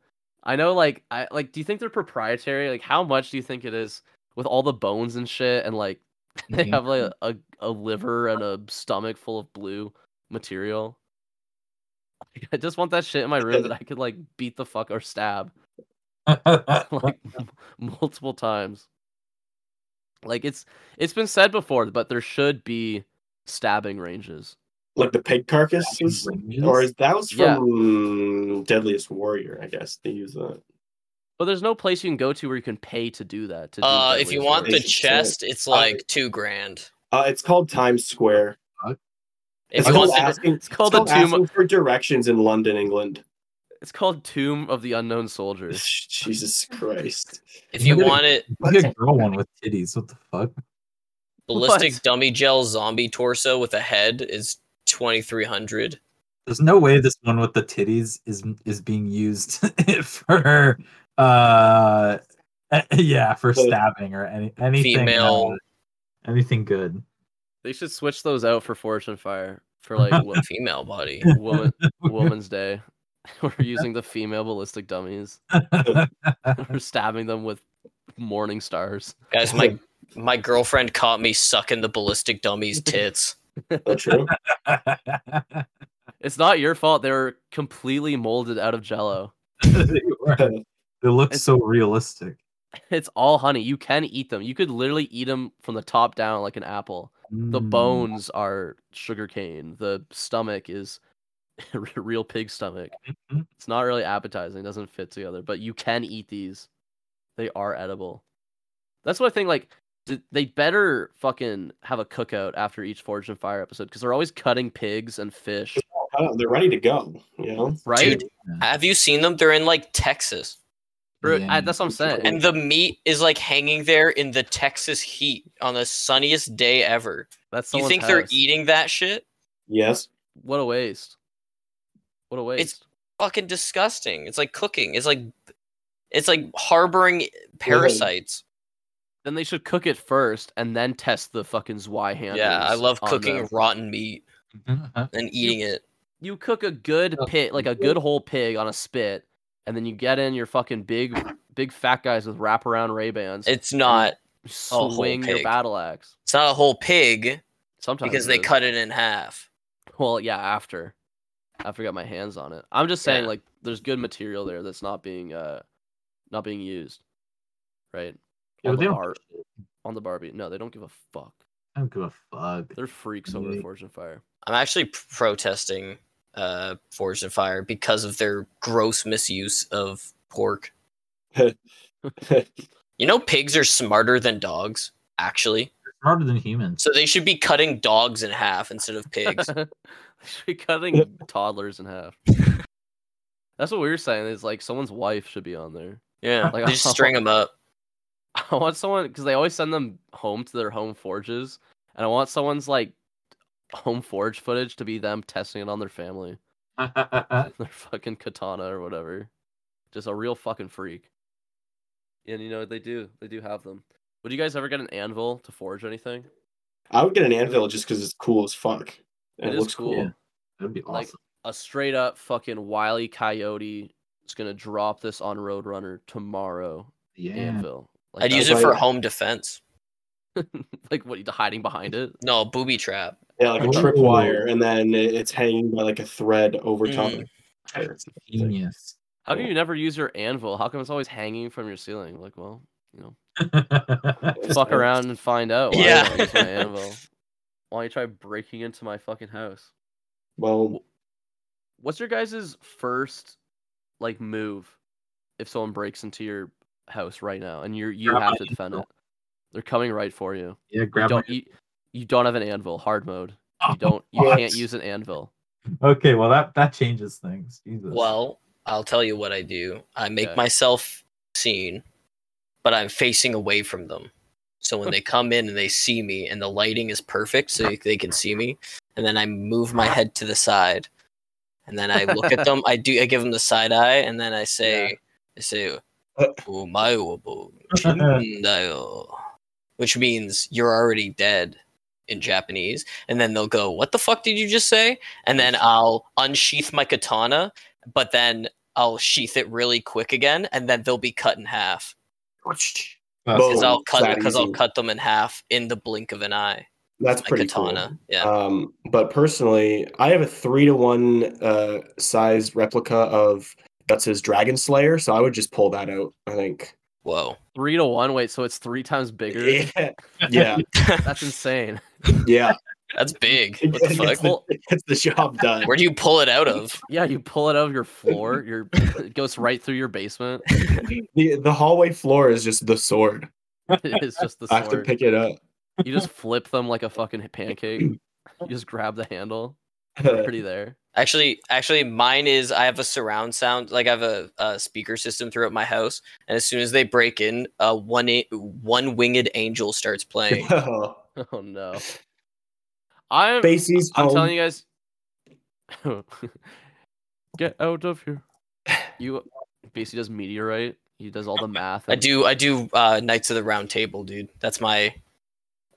B: I know like I like do you think they're proprietary? Like how much do you think it is with all the bones and shit and like they have like a, a liver and a stomach full of blue material? I just want that shit in my room that I could like beat the fuck or stab like m- multiple times. Like it's it's been said before, but there should be stabbing ranges.
D: like the pig carcasses? Or is that was
B: Yeah.
D: from Deadliest Warrior, I guess. They use that.
B: But there's no place you can go to where you can pay to do that. To do
G: Uh, if
B: deadliest
G: you want the
B: range.
D: They should sell
G: chest, it's like two grand.
D: Uh, it's called Times Square.
G: If
D: It's
G: you
D: called,
G: want
B: the-
D: asking,
B: it's called
D: it's
B: the tomb.
D: asking for directions in London, England.
B: It's called Tomb of the Unknown Soldier.
D: Jesus Christ.
G: if you want it,
F: Be a girl one with titties. What the fuck?
G: ballistic
B: What?
G: dummy gel zombie torso with a head is twenty three hundred.
F: There's no way this one with the titties is is being used for uh eh, yeah, for
D: Well,
F: stabbing or any anything
G: female-
F: uh, anything good.
B: They should switch those out for Fortune Fire for like wo-
G: Female body.
B: woman Woman's Day. We're using the female ballistic dummies. We're stabbing them with morning stars.
G: Guys, my my girlfriend caught me sucking the ballistic dummy's tits.
D: That's true.
F: They
B: It's not your fault. They're completely molded out of Jello.
F: were- they look
B: It's-
F: so realistic.
B: It's all honey. You can eat them. You could literally eat them from the top down like an apple. The
G: Mm.
F: Hmm,
B: bones are sugar cane. The stomach is real pig stomach.
G: Mm-hmm.
F: Mhm.
B: It's not really appetizing. It doesn't fit together, but you can eat these. They are edible. That's what I think. Like, th- they better fucking have a cookout after each Forge and Fire episode because they're always cutting pigs and fish,
D: Oh, they're ready to go. You know,
B: right?
G: Dude, Have you seen them? They're in like Texas,
B: Bro,
F: Yeah.
B: I- uh, that's what I'm saying.
G: and the meat is like hanging there in the Texas heat on the sunniest day ever.
B: that's
G: you
B: someone's
G: think they're
B: house.
G: eating that shit?
D: yes.
B: What a waste! What a waste!
G: Fucking disgusting. It's like cooking. It's like it's like harboring parasites.
B: Then they should cook it first and then test the fucking Zwei handles.
G: Yeah, I love
B: on
G: cooking
B: them.
G: rotten meat
F: Mhm.
G: and eating it.
B: You cook a good
F: Oh.
B: pig, like a good whole pig on a spit, and then you get in your fucking big, big fat guys with wraparound Ray Bans.
G: It's not whole
B: swing your
G: pig.
B: battle axe.
G: it's not a whole pig
B: Sometimes
G: because
B: it
G: they
B: is.
G: cut it in half.
B: Well, yeah, after, after I got my hands on it. I'm just saying,
G: Yeah.
B: like, there's good material there that's not being, uh, not being used, right?
F: Yeah,
B: on the
F: but they don't,
B: bar, on the Barbie. No, they don't give a fuck.
F: I don't give a fuck.
B: They're freaks over
F: Yeah.
B: at Fortune Fire.
G: I'm actually p- protesting uh, Forged and Fire because of their gross misuse of pork. You know, pigs are smarter than dogs, actually.
F: Smarter than humans.
G: So they should be cutting dogs in half instead of pigs.
B: they should be cutting toddlers in half. That's what we were saying. Is like someone's wife should be on there.
G: Yeah,
B: Like,
G: they just string them up.
B: I want someone because they always send them home to their home forges, and I want someone's like home forge footage to be them testing it on their family, their fucking katana or whatever. Just a real fucking freak. And you know they do, they do have them. Would you guys ever get an anvil to forge anything?
D: I would get an anvil just because it's cool as fuck.
B: It
D: And it,
B: is
D: looks cool.
B: cool.
F: Yeah. That'd be
B: Like-
F: awesome.
B: a straight up fucking wily coyote is gonna drop this on Roadrunner tomorrow.
F: yeah.
B: Anvil. Like,
G: I'd use it
D: that's
G: for
D: right.
G: home defense.
B: like what? You hiding behind it?
G: No, booby trap.
D: Yeah, like a
F: Ooh.
D: tripwire, and then it- it's hanging by like a thread over top.
B: Mm.
D: of
G: Mhm.
D: it. It's amazing.
F: Genius.
B: How come you never use your anvil? How come it's always hanging from your ceiling? Like, well, you know, fuck around and find out. Why don't
G: Yeah.
B: I use my anvil? Why don't you try breaking into my fucking house?
D: Well,
B: What's your guys' first like move if someone breaks into your house right now and you're you
F: Grab
B: have
F: my
B: to defend it?
F: anvil.
B: They're coming right for you.
F: yeah,
B: you
F: grab
B: don't
F: my-
B: you, you don't have an anvil hard mode you don't you
D: what?
B: can't use an anvil
F: Okay, well that that changes things. Jesus.
G: Well, I'll tell you what I do. I make
B: Okay.
G: myself seen, but I'm facing away from them. So when they come in and they see me, and the lighting is perfect, so they can see me, and then I move my head to the side, and then I look at them. I do. I give them the side eye, and then I say, I say,
D: Uh.
G: "Umayobo chindayo," which means you're already dead in Japanese. And then they'll go, "What the fuck did you just say?" And then I'll unsheath my katana, but then I'll sheath it really quick again, and then they'll be cut in half.
F: That's
D: Boom.
G: Because I'll cut
D: Oh, that
G: because I'll
D: easy.
G: cut them in half in the blink of an eye.
D: that's
G: My
D: pretty
G: katana.
D: cool.
G: Yeah.
D: Um, but personally, I have a three to one uh, size replica of Guts' Dragon Slayer, so I would just pull that out. I think.
G: Whoa.
B: three to one wait so it's three times bigger
D: Yeah, yeah,
B: that's insane
D: yeah.
G: That's big.
D: It
G: What the
D: gets
G: fuck?
D: the- it gets the job done.
G: Where do you pull it out of?
B: yeah you pull it out of your floor your it goes right through your basement
D: The, the hallway floor is just the sword.
B: it's just the
D: I have to
B: sword
D: pick it up.
B: you just flip them like a fucking pancake you just grab the handle pretty there
G: Actually, actually, mine is I have a surround sound. Like I have a, a speaker system throughout my house, and as soon as they break in, a one one winged angel starts playing.
B: oh no i'm
D: Basie's
B: i'm
D: home.
B: telling you guys get out of here you basically does meteorite he does all the math
G: I
B: and-
G: do, I do uh, Knights of the Round Table, dude. That's my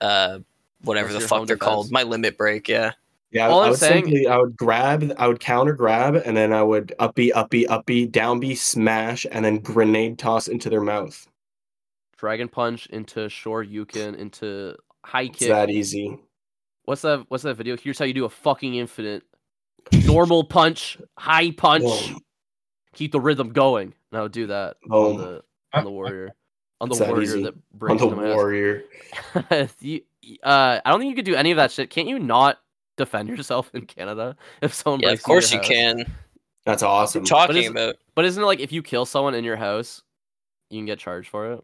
G: uh, whatever
B: That's
G: the
B: your
G: fuck
B: home
G: they're called.
B: defense?
G: My limit break, yeah.
D: Yeah,
B: All
D: I
B: I'm
D: would
B: saying-
D: simply I would grab, I would counter grab, and then I would uppy, uppy, uppy, downbeat, smash, and then grenade toss into their mouth.
B: Dragon Punch into Shore Yukin into High
D: It's
B: Kick.
D: that easy.
B: What's that? What's that video? Here's how you do a fucking infinite normal punch, high punch.
D: Boom.
B: Keep the rhythm going, and I would do that on
D: Boom.
B: the on the warrior. on the
D: Oh. It's that
B: warrior
D: easy.
B: that
D: on
B: breaks
D: the
B: into my ass.
D: warrior.
B: you, uh, I don't think you could do any of that shit. Can't you not defend yourself in Canada if someone
G: Yeah,
B: breaks
G: of course
B: into
G: you
B: your house?
G: can.
D: That's
G: What are
D: awesome.
G: you talking
B: is-
G: about?
B: But isn't it like if you kill someone in your house, you can get charged for it?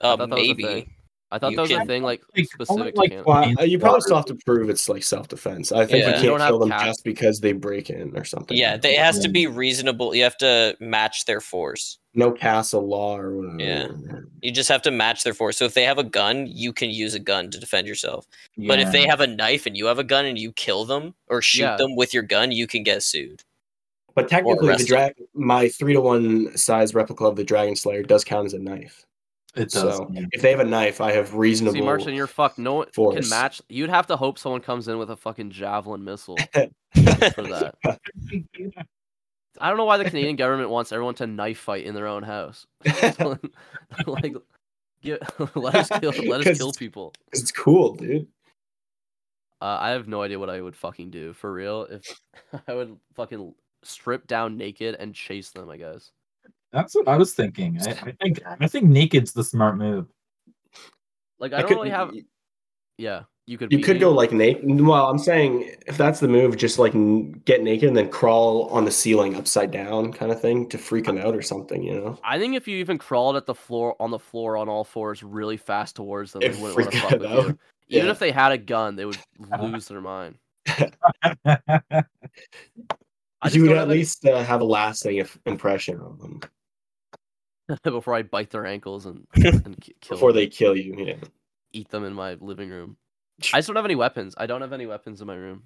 B: I
G: Uh,
B: thought that was a
G: maybe.
B: thing. I thought
G: You
B: that was a
G: can-
B: thing like
F: Like, only,
B: specific to
F: like,
B: Canada.
D: Well, I- you probably still have to prove it's like self defense. I think
G: Yeah.
B: You
D: you
B: don't
D: can't
B: have
D: kill them
B: cap-
D: just because they break in or something.
G: Yeah, they- it has to be reasonable. You have to match their force.
D: no castle law or whatever.
G: Yeah. You just have to match their force. So if they have a gun, you can use a gun to defend yourself. But if
F: Yeah.
G: they have a knife and you have a gun and you kill them or shoot
B: Yeah.
G: them with your gun, you can get sued.
D: But technically, the
G: arrested.
D: drag my three to one size replica of the Dragon Slayer does count as a knife.
F: it does.
D: So
F: yeah.
D: if they have a knife, I have reasonable.
B: See, Martian, you're fucked. No one can
D: force.
B: match. You'd have to hope someone comes in with a fucking javelin missile for that. I don't know why the Canadian government wants everyone to knife fight in their own house. like, get, let us kill, let us
D: 'Cause-
B: kill people.
D: it's cool, dude.
B: Uh, I have no idea what I would fucking do for real. If I would fucking strip down naked and chase them, I guess.
F: That's what I was thinking. I, I think I think naked's the smart move.
B: Like I don't
D: could-
B: really have. Yeah, you could.
D: You
B: beat
D: could
B: me.
D: go like naked. Well, I'm saying if that's the move, just like n- get naked and then crawl on the ceiling upside down, kind of thing, to freak them out or something. You know,
B: I think if you even crawled at the floor on the floor on all fours really fast towards them, they
D: It'd
B: wouldn't want to
D: freak
B: fuck
D: them
B: with you.
D: out.
B: Even
D: Yeah.
B: if they had a gun, they would lose their mind.
F: Uh,
B: I just
D: you would
B: don't
D: at
B: have any-
D: least uh, have a lasting if- impression on them
B: before I bite their ankles and and ki- kill
D: before
B: them,
D: they kill you. Yeah.
B: eat them in my living room. I just don't have any weapons. I don't have any weapons in my room.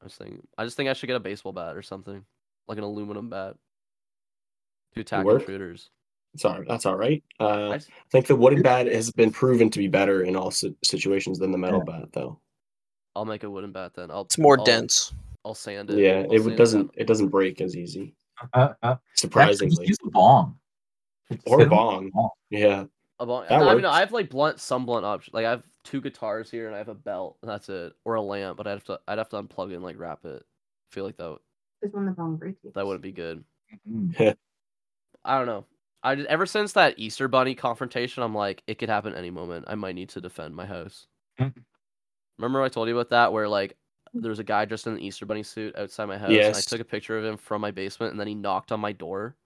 B: I was thinking. I just think I should get a baseball bat or something, like an aluminum bat, to attack
D: work.
B: intruders.
D: Sorry, that's all right. Uh,
B: I
D: I
B: s-
D: think the wooden bat has been proven to be better in all si- situations than the metal bat, though.
B: I'll make a wooden bat then. I'll.
G: It's more
B: I'll-
G: dense.
B: I'll sand it.
D: Yeah,
B: I'll
D: it
B: sand
D: w- doesn't
B: down.
D: it doesn't break as easy,
F: Uh, uh, actually, just
D: surprisingly,
F: use a bong.
D: or bong.
F: bong.
D: Yeah,
B: A bon-
D: that
B: I mean,
D: works.
B: I have like blunt, some blunt options. Like I have two guitars here and I have a belt. And that's it, or a lamp. But I'd have to. I'd have to unplug it and like wrap it. I feel like that. w-
H: Is when the bomb breaks.
B: That wouldn't be good.
F: Mhm.
B: I don't know. I just, ever since that Easter Bunny confrontation, I'm like, it could happen any moment. I might need to defend my house.
F: Mhm.
B: Remember I told you about that, where like there was a guy dressed in an Easter Bunny suit outside my house, and I
D: Yes.
B: took a picture of him from my basement, and then he knocked on my door.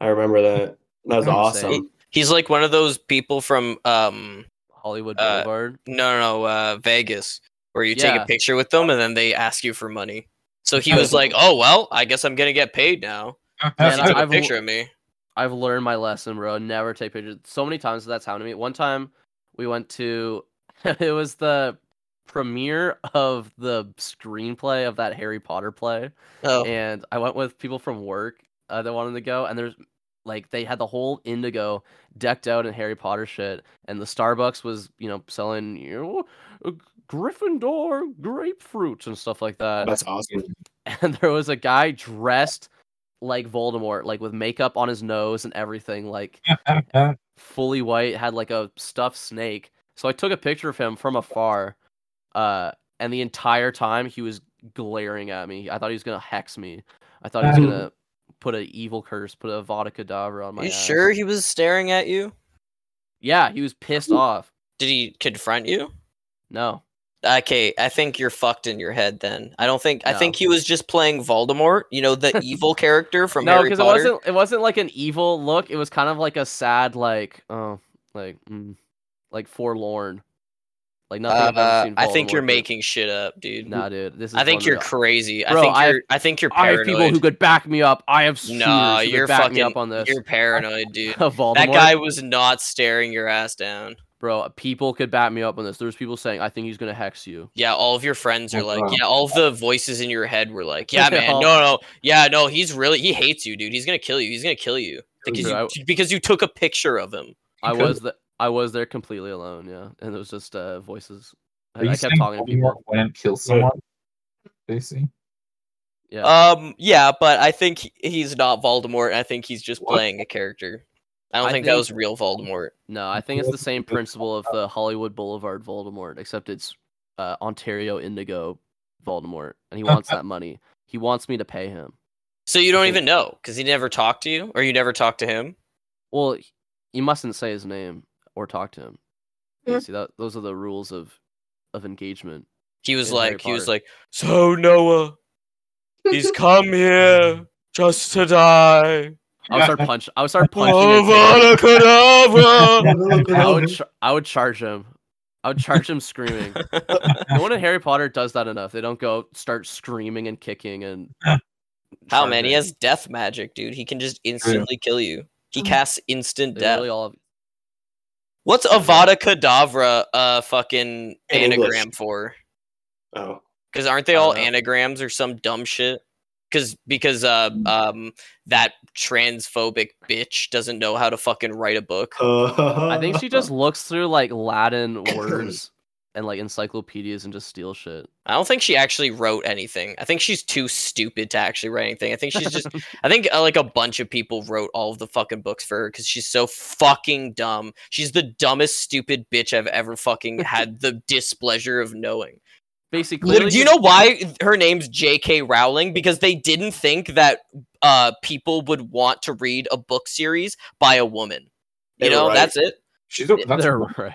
D: I remember that. That was
F: I'm
D: awesome.
B: saying-
G: He's like one of those people from um
B: Hollywood
G: Uh,
B: Boulevard.
G: no no no, uh, Vegas where you take
B: Yeah.
G: a picture with them and then they ask you for money. So he was like, "Oh well, I guess I'm gonna get paid now."
B: Man,
G: And he took
B: I've-
G: a picture of me.
B: I've learned my lesson, bro. Never take pictures. So many times that's happened to me. One time we went to it was the premiere of the screenplay of that Harry Potter play.
G: Oh,
B: and I went with people from work uh, that wanted to go, and there's like they had the whole Indigo decked out in Harry Potter shit, and the Starbucks was you know selling you know, uh, Gryffindor grapefruits and stuff like that,
D: That's awesome.
B: and there was a guy dressed like Voldemort, like with makeup on his nose and everything, like fully white, had like a stuffed snake. So I took a picture of him from afar, uh, and the entire time he was glaring at me. I thought he was gonna hex me. I thought he was
F: Um,
B: gonna put an evil curse, put a Vada Kedavra on my.
G: you
B: ass.
G: sure he was staring at you?
B: Yeah, he was pissed off.
G: Did he confront you?
B: No,
G: Okay, I think you're fucked in your head then. I don't think I
B: No.
G: think he was just playing Voldemort, you know, the evil character from
B: no,
G: Harry
B: because
G: Potter.
B: it wasn't. It wasn't like an evil look. It was kind of like a sad, like, oh, like, mm, like forlorn, like nothing. I've
G: Uh,
B: ever seen
G: I think you're
B: Voldemort do.
G: making shit up, dude.
B: Nah, dude, this is.
G: I think
B: one
G: you're
B: that-
G: crazy.
B: Bro,
G: I think
B: I have-
G: you're I think you're
B: I have
G: paranoid.
B: people who could back me up. I have shooters
G: no,
B: who could
G: you're
B: back
G: fucking
B: me up on this.
G: You're paranoid, dude.
B: Voldemort.
G: That guy was not staring your ass down.
B: bro. People could bat me up on this. There's people saying, "I think he's gonna hex you."
G: Yeah, all of your friends are
F: Oh,
G: like,
F: wow.
G: yeah, all of the voices in your head were like, yeah,
B: Yeah.
G: man, no, no, yeah, no, he's really, he hates you, dude. He's gonna kill you. He's gonna kill you because
B: Dude,
G: you because you took a picture of him.
B: I
F: could.
B: was the, I was there completely alone. Yeah, and it was just uh, voices. I,
F: Are you
B: I
F: saying
B: kept talking to
F: Voldemort
B: people.
F: wouldn't kill someone? Casey?
B: Yeah,
G: Um, yeah, but I think he- he's not Voldemort. I think he's just playing a character. I don't
B: I
G: think, that
B: think-
G: was real Voldemort.
B: no, I think it's the same principle of the Hollywood Boulevard Voldemort, except it's uh, Ontario Indigo Voldemort, and he wants that money. He wants me to pay him.
G: So you don't
B: Okay.
G: even know because he never talked to you, or you never talked to him.
B: Well, you mustn't say his name or talk to him.
F: Hmm.
B: You see that those are the rules of of engagement.
G: He was
B: In Harry
G: like, he was
B: Potter.
G: like, so Noah, he's come here just to die.
B: I would start punch. I would start punching. his head.
G: Avada Kedavra.
B: I would. Char- I would charge him. I would charge him screaming. No one in Harry Potter does that enough. They don't go start screaming and kicking and.
G: How man,
B: charging.
G: he has death magic, dude. He can just instantly kill you. He
H: Mhm.
G: casts instant
B: They
G: death.
B: really all have-
G: What's Avada Kedavra uh fucking
D: In English.
G: anagram for?
D: Oh.
G: Because aren't they
B: I don't
G: all
B: know.
G: anagrams or some dumb shit? Because because uh um that transphobic bitch doesn't know how to fucking write a book.
B: I think
D: Uh.
B: she just looks through like Latin words and like encyclopedias and just steals shit.
G: I don't think she actually wrote anything. I think she's too stupid to actually write anything. I think she's just I think uh, like a bunch of people wrote all of the fucking books for her because she's so fucking dumb. She's the dumbest stupid bitch I've ever fucking had the displeasure of knowing.
B: Basically,
G: Do you know why her name's J.K. Rowling? Because they didn't think that uh, people would want to read a book series by a woman.
D: They
G: You
D: were
G: know,
D: right.
G: that's it.
D: She's a, that's
B: They're
D: a-
B: right.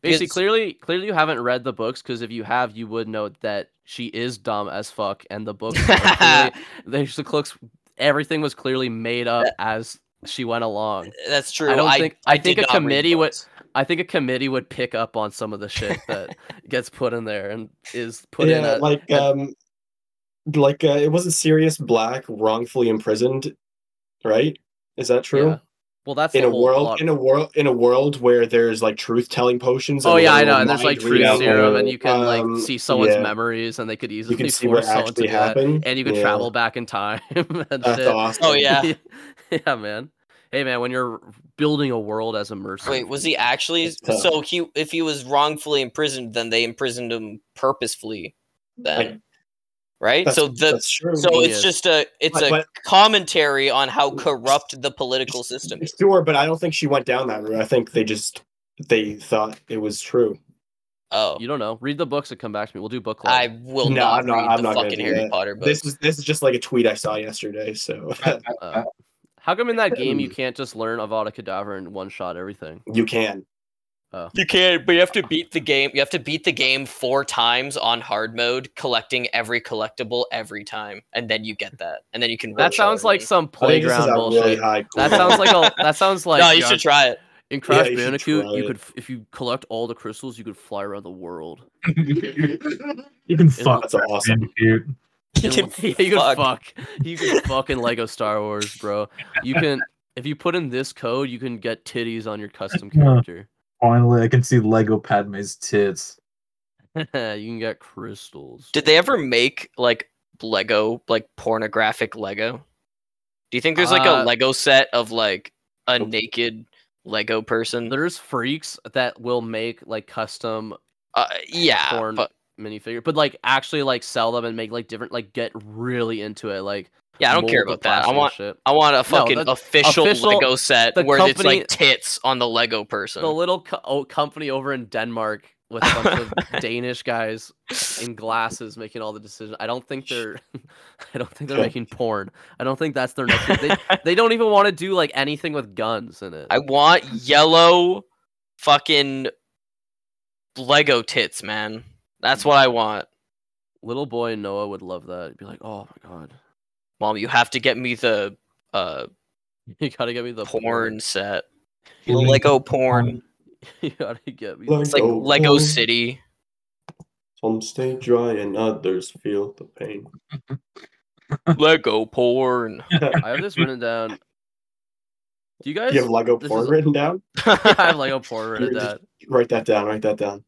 B: Basically,
G: It's-
B: clearly, clearly, you haven't read the books because if you have, you would know that she is dumb as fuck, and the books, are clearly, they just looks, everything was clearly made up as she went along.
G: That's true.
B: don't think- I think
G: did
B: a
G: not read
B: committee would-
G: books.
B: I think a committee would pick up on some of the shit that gets put in there and is put in.
D: yeah,
B: At,
D: like
B: at-
D: um, like uh, it wasn't Sirius Black wrongfully imprisoned, right? Is that true?
B: yeah. Well, that's
D: in
B: the
D: a
B: whole
D: world
B: plot.
D: in a world in a world where there's like truth telling potions.
B: Oh
D: and
B: yeah, I
D: literal
B: know. And there's like
D: mind
B: truth
D: reading,
B: serum, and you can like
D: um,
B: see someone's
D: yeah.
B: memories, and they could easily
D: You can see what
B: force someone to
D: actually
B: do that,
D: happened,
B: and you can
D: Yeah,
B: travel back in time. and
D: That's
B: shit.
D: awesome.
G: Oh yeah.
B: yeah, man. Hey, man. When you're building a world as immersive,
G: Wait, was he actually?
D: It's tough.
G: So he, if he was wrongfully imprisoned, then they imprisoned him purposefully. Then,
D: Like,
G: right?
D: That's,
G: So the
D: that's true.
G: so
B: Yes.
G: it's just a it's
D: But-
G: a
D: but-
G: commentary on how corrupt the political system is.
D: sure, but I don't think she went down that route. I think they just they thought it was true.
G: Oh,
B: You don't know. Read the books and come back to me. We'll do book club.
G: I will
D: No,
G: not
D: I'm not-
G: read
D: I'm
G: the
D: not gonna
G: fucking
D: do
G: Harry
D: that.
G: Potter books.
D: This is this is just like a tweet I saw yesterday. So
B: Uh, how come in that game you can't just learn Avada Kedavra and one shot everything?
D: you can.
G: You can't, but you have to beat the game. You have to beat the game four times on hard mode, collecting every collectible every time, and then you get that, and then you can.
B: That
G: roll
B: sounds like
G: over.
B: some
D: I think this is
B: playground
D: a
B: bullshit.
D: really high.
B: that sounds like a. That sounds like uh,
G: no, you should try it.
B: in Crash
D: you should
B: Bandicoot.
D: try
B: You
D: it.
B: could, f- if you collect all the crystals, you could fly around the world.
F: You can fuck.
D: That's awesome.
F: Bandicoot.
G: You
B: In-
G: can
B: yeah, you can
G: fuck.
B: fuck. You can fucking Lego Star Wars, bro. You can. If you put in this code, you can get titties on your custom
F: Yeah.
B: character.
F: Finally, I can see Lego Padme's tits.
B: you can get crystals.
G: Did they ever make like Lego, like pornographic Lego? Do you think there's like
B: Uh,
G: a Lego set of like a naked Lego person?
B: There's freaks that will make like custom
G: Uh, yeah,
B: porn
G: but
B: minifigure, but like actually like sell them and make like different like get really into it. Like
G: yeah, I don't care
B: mold the
G: about that. I
B: plastic
G: want
B: shit.
G: I want a fucking
B: the-
G: official,
B: official-
G: Lego set
B: the
G: where it's
B: company-
G: like tits on the Lego person.
B: the little co- oh, company over in Denmark with a bunch of Danish guys in glasses making all the decisions. I don't think they're, I don't think they're
D: Sure.
B: making porn. I don't think that's their next. thing. They, they don't even want to do like anything with guns in it.
G: I want yellow fucking Lego tits, man. That's what I want.
B: Little boy Noah would love that. He'd be like, oh my god,
G: Mom, you have to get me the uh
B: you gotta get me the
G: porn set. The Lego porn.
B: you gotta get me.
D: Lego
G: It's like Lego
D: porn.
G: City.
D: Some stay dry and others feel the pain.
G: Lego porn.
B: I have this written down. Do you guys?
D: You have Lego
B: this
D: porn
B: is-
D: written down?
B: I have like a porn written
D: You're
B: down.
D: just- Write that down. Write that down.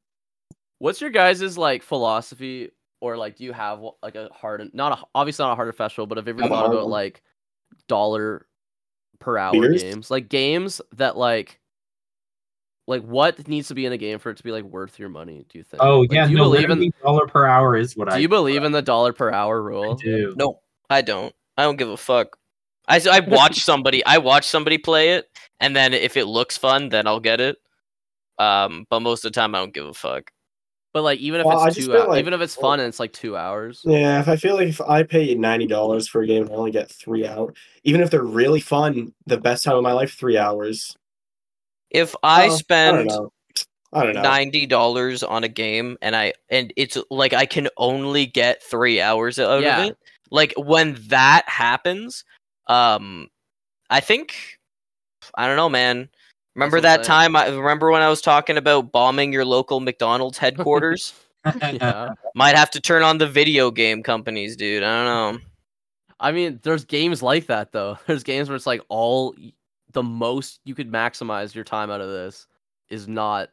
B: What's your guys' like philosophy, or like do you have wh- like a hard and not a, obviously not a hard and fast rule, but have you ever
D: Have a
B: thought
D: hard
B: about
D: one.
B: like dollar per hour
D: Beers?
B: games, like games that like like what needs to be in a game for it to be like worth your money? Do you think?
F: Oh
B: Like,
F: yeah,
B: do you
F: no,
B: believe in
F: dollar per hour is what I
B: do you believe in the dollar per hour rule?
F: do.
G: No, I don't. I don't give a fuck. I s- I watch somebody. I watch somebody play it, and then if it looks fun, then I'll get it. Um, but most of the time, I don't give a fuck.
B: But like even if
D: Well, I
B: it's
D: just
B: two,
D: feel
B: hou-
D: like-
B: even if it's fun and it's like two hours,
D: Yeah, if I feel like if I pay ninety dollars for a game and I only get three hours, even if they're really fun, the best time of my life, three hours.
G: If I
D: Well, I don't
G: spend
D: know. I don't know.
G: ninety dollars on a game and I and it's like I can only get three hours out
B: Yeah.
G: of it. Like when that happens, um, I think I don't know, man. Remember
B: what I'm
G: that
B: saying.
G: time? I remember when I was talking about bombing your local McDonald's headquarters.
B: yeah.
G: Might have to turn on the video game companies, dude. I don't know.
B: I mean, there's games like that though. There's games where it's like all y- the most you could maximize your time out of this is not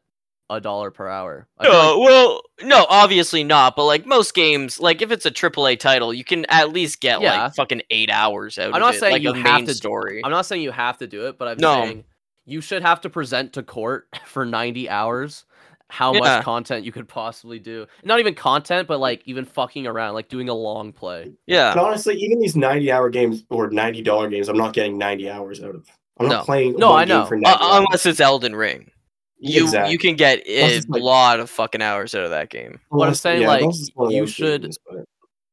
B: a dollar per hour. I feel like-
G: No, well, no, obviously not. But like most games, like if it's a AAA title, you can at least get
B: Yeah.
G: like fucking eight hours out.
B: I'm
G: of
B: not
G: it,
B: saying
G: like
B: you
G: a
B: have
G: main
B: to-
G: story.
B: I'm not saying you have to do it, but I'm
G: No.
B: saying you should have to present to court for 90 hours how
G: Yeah.
B: much content you could possibly do. Not even content, but like even fucking around, like doing a long play.
G: yeah.
D: And honestly, even these ninety-hour games or ninety-dollar games, I'm not getting ninety hours out of. I'm not
G: No.
D: playing.
B: No,
D: one
B: I
D: game
B: know.
D: For
G: Uh,
D: 90 hours.
G: unless it's Elden Ring. You
D: Exactly.
G: you can get
D: Unless
G: a
D: it's like-
G: lot of fucking hours out of that game.
B: What I'm
D: Unless-
B: saying, like,
D: unless it's one of
B: you
D: those
B: should-
D: games, but-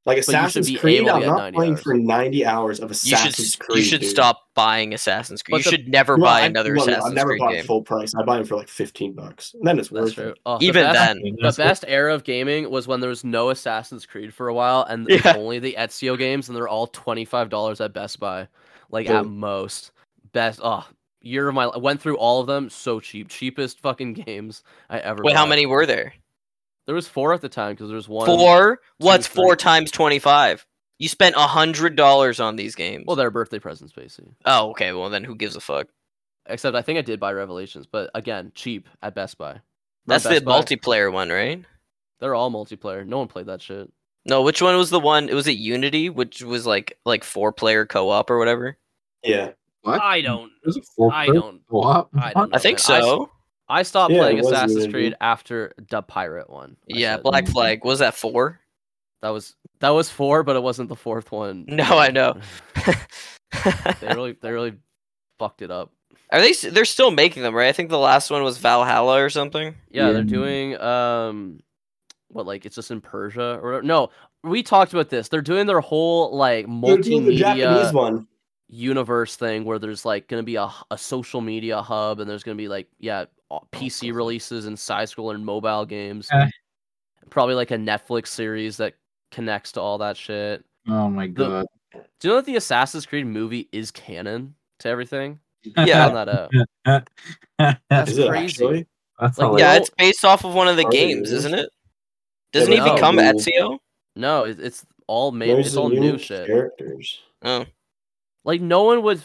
D: like
B: should
D: Assassin's
B: be
D: Creed.
B: able to
D: I'm
B: get
D: not
B: 90
D: playing
B: hours.
D: for ninety hours of
G: You should
D: Assassin's
G: s-
D: Creed.
G: you should
D: dude.
G: stop buying Assassin's Creed.
B: But
G: you
B: the-
G: should never
D: No,
G: buy
D: I- no,
G: another
D: no,
G: Assassin's
D: I've never
G: Creed
D: bought
G: game.
D: it full price. I buy them for like fifteen bucks. And then it's
B: That's
D: worth
B: true.
D: it.
B: Oh, the
G: Even
B: best-
G: then,
B: The best era of gaming was when there was no Assassin's Creed for a while, and it's
G: Yeah.
B: only the Ezio games, and they're all twenty five dollars at Best Buy, like at
D: Boom.
B: most. Best oh year of my I went through all of them so cheap, cheapest fucking games I ever.
G: wait, how
B: bought.
G: many were there?
B: There was four at the time because there was one.
G: Four. What's
B: three.
G: four times twenty five? You spent a hundred dollars on these games.
B: Well, they're birthday presents basically.
G: oh, okay. Well, then who gives a fuck?
B: Except I think I did buy Revelations, but again, cheap at Best Buy. Remember
G: That's the
B: Best Buy?
G: multiplayer one, right?
B: They're all multiplayer. No one played that shit.
G: No, which one was the one? It was it Unity, which was like like four player co op or whatever.
D: Yeah.
F: What?
B: I don't.
F: There's a four
B: I
F: player
B: don't.
F: co-op?
B: I don't
G: I
B: know.
F: What?
G: think
B: man, I s-
G: so.
B: I stopped
D: Yeah,
B: playing
D: it was
B: Assassin's
D: Unity.
B: Creed after the pirate one. I
G: yeah,
B: said.
G: Black Flag. Was that four?
B: That was that was four, but it wasn't the fourth one.
G: No, I know.
B: they really they really fucked it up.
G: Are they? s- They're still making them, right? I think the last one was Valhalla or something.
B: Yeah,
F: Yeah.
B: they're doing um, what like it's just in Persia or no? We talked about this. They're doing their whole like
D: They're doing the Japanese
B: multimedia
D: one.
B: universe thing where there's like gonna be a, h- a social media hub and there's gonna be like yeah a-
D: Oh,
B: PC releases and side scroller and mobile games.
F: Okay.
B: Probably like a Netflix series that connects to all that shit.
F: Oh my
B: The-
F: god.
B: Do you know that the Assassin's Creed movie is canon to everything?
G: Yeah.
B: Found that out.
F: That's
D: Is it
B: crazy.
D: actually?
B: Like,
F: all
B: yeah,
G: yeah,
B: Well-
G: it's based off of one of the
D: Are
G: games,
D: they?
G: isn't it? Doesn't
B: No.
G: he become
D: Ooh.
G: Ezio?
B: No, it, it's all made.
D: There's
B: it's
D: the
B: all new, shit.
D: characters.
B: Like no one would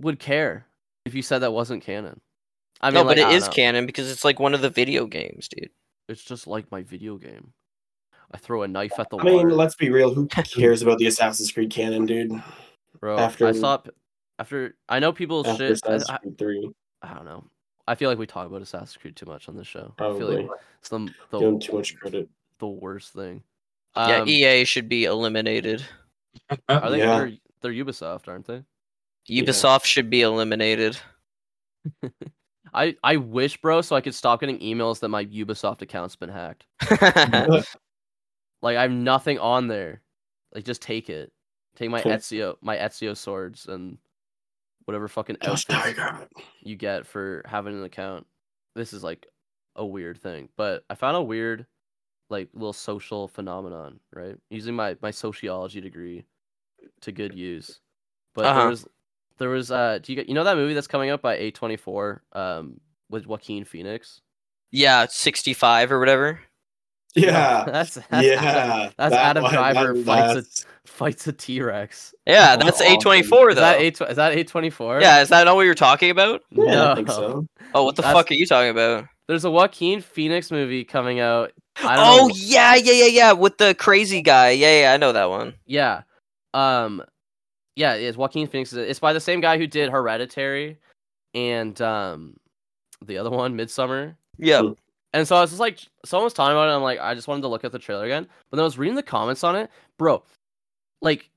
B: would care if you said that wasn't canon. I mean,
G: no,
B: like,
G: but
B: I
G: it
B: don't
G: is
B: know.
G: canon because it's like one of the video games, dude.
B: It's just like my video game. I throw a knife at the
D: I
B: wall.
D: mean, let's be real. Who cares about the Assassin's Creed canon, dude?
B: bro. I
D: after-
B: stop after. I know people
D: After
B: shit. I,
D: Assassin's
B: I,
D: Creed Three,
B: I don't know. I feel like we talk about Assassin's Creed too much on this show. I feel
D: probably.
B: like it's the
D: Give him
B: the,
D: too much credit.
B: the worst thing.
G: yeah, E
B: Um,
G: EA should be eliminated.
B: Are they?
D: Yeah.
B: They're, they're Ubisoft, aren't they?
D: Yeah.
G: Ubisoft should be eliminated.
B: I, I wish, bro, so I could stop getting emails that my Ubisoft account's been hacked. Like I have nothing on there. Like just take it. Take my
D: Cool.
B: Ezio, my Ezio swords, and whatever fucking
D: Just
B: outfits
D: Tiger.
B: you get for having an account. This is like a weird thing, but I found a weird, like little social phenomenon. Right, using my my sociology degree to good use. But there
G: Uh-huh.
B: was there was uh do you get you know that movie that's coming up by A twenty four um with Joaquin Phoenix.
G: yeah, sixty five or whatever.
D: Yeah.
B: that's, that's
D: yeah.
B: that's
D: that
B: Adam
D: one-
B: Driver
D: that-
B: fights
D: that's-
B: fights a T Rex.
G: Yeah,
D: Oh,
G: that's
D: awesome.
G: A twenty four
B: Is that
G: though.
B: eight? Is that eight twenty four?
G: Yeah, is that not what you're talking about?
D: Yeah, I think so.
G: Oh, what the
B: That's-
G: fuck are you talking about?
B: There's a Joaquin Phoenix movie coming out. I don't
G: Oh
B: know.
G: yeah, yeah, yeah, yeah, with the crazy guy. Yeah, yeah, I know that one.
B: Yeah. Um. Yeah, it's Joaquin Phoenix. It's by the same guy who did Hereditary, and um, the other one, Midsummer.
G: Yeah,
D: Cool.
B: And so I was just like, someone was talking about it. And I'm like, I just wanted to look at the trailer again. But then I was reading the comments on it, bro. Like,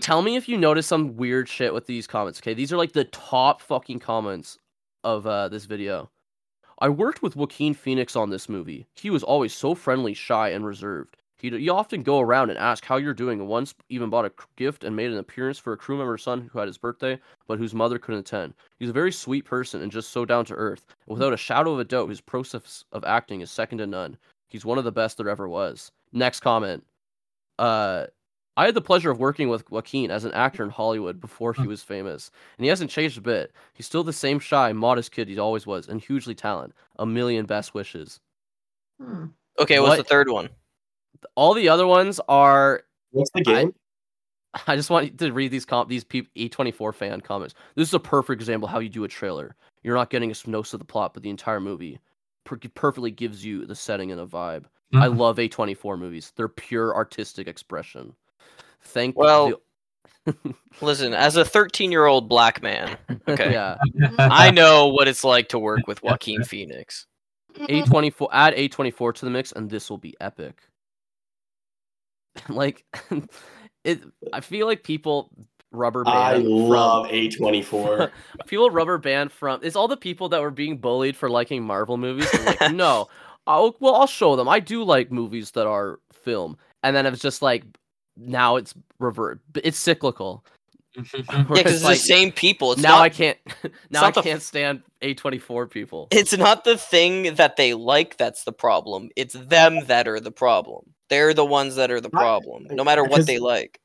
B: tell me if you notice some weird shit with these comments. Okay, these are like the top fucking comments of uh, this video. I worked with Joaquin Phoenix on this movie. He was always so friendly, shy, and reserved. You, you often go around and ask how you're doing, and once even bought a c- gift and made an appearance for a crew member's son who had his birthday, but whose mother couldn't attend. He's a very sweet person and just so down to earth. And without a shadow of a doubt, his process of acting is second to none. He's one of the best there ever was. Next comment. Uh, I had the pleasure of working with Joaquin as an actor in Hollywood before he was famous, and he hasn't changed a bit. He's still the same shy, modest kid he always was, and hugely talented. A million best wishes.
H: Hmm.
G: Okay, what's
B: What?
G: the third one?
B: All the other ones are.
D: What's the game?
B: I just want you to read these comp these peop E24 fan comments. This is a perfect example of how you do a trailer. You're not getting us most of the plot, but the entire movie per- perfectly gives you the setting and the vibe. I love A24 movies. They're pure artistic expression. Thank
G: Well,
B: the-
G: Listen, as a 13 year old black man, okay,
B: yeah.
G: I know what it's like to work with Joaquin Phoenix.
B: A24 E add A24 to the mix and this will be epic. like it I feel like people rubber band
D: I
B: from-
D: love A24.
B: people rubber band from it's all the people that were being bullied for liking Marvel movies. They're like, no, I'll well I'll show them. I do like movies that are film. And then it's just like now it's revert it's cyclical.
D: Mm-hmm.
G: Yeah,
B: Where
G: because it's,
B: like,
G: the same people. It's
B: now
G: not,
B: I can't now I
G: not the f-
B: can't stand A twenty four people.
G: It's not the thing that they like that's the problem. It's them that are the problem. They're the ones that are the
D: I-
G: problem, no matter what
D: because-
G: they like.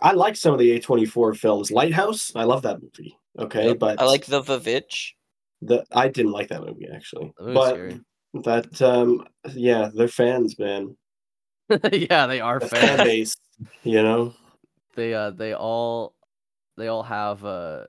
D: I like some of the A24 films. Lighthouse, I love that movie. Okay, but
G: I like the Vavitch.
D: the I didn't like that movie actually.
B: That movie's
D: but
B: scary.
D: that um yeah, they're fans, man.
B: yeah, they are
D: The fan
B: fans.
D: base, you know.
B: they uh they all they all have uh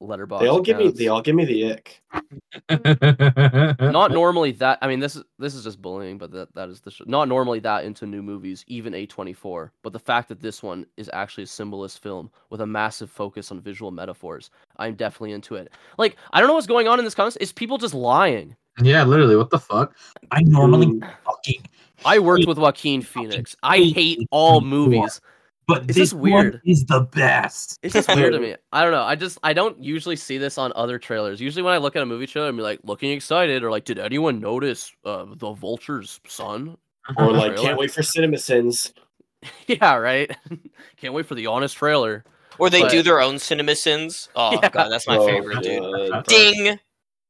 B: letterbox.
D: They all give me
B: accounts.
D: they all give me the ick.
B: not normally that. I mean, this is this is just bullying, but that that is the sh- not normally that into new movies, even a twenty four. But the fact that this one is actually a symbolist film with a massive focus on visual metaphors, I'm definitely into it. Like I don't know what's going on in this comments. Is people just lying?
F: yeah, literally. What the fuck? I normally
D: Mm.
F: fucking,
B: I worked with Joaquin Phoenix. I hate all movies.
F: but
B: This
F: this,
B: is weird.
F: one is the best.
B: It's just weird to me. I don't know. I just I don't usually see this on other trailers. Usually when I look at a movie trailer, I'm like looking excited or like, did anyone notice uh, the vulture's son?
D: Or like
B: Really?
D: can't wait for CinemaSins.
B: yeah, right. Can't wait for the honest trailer.
G: Or they do
B: But-
G: their own CinemaSins. Oh
B: Yeah.
G: god, that's my
D: Oh,
G: favorite, dude.
D: God.
G: Ding,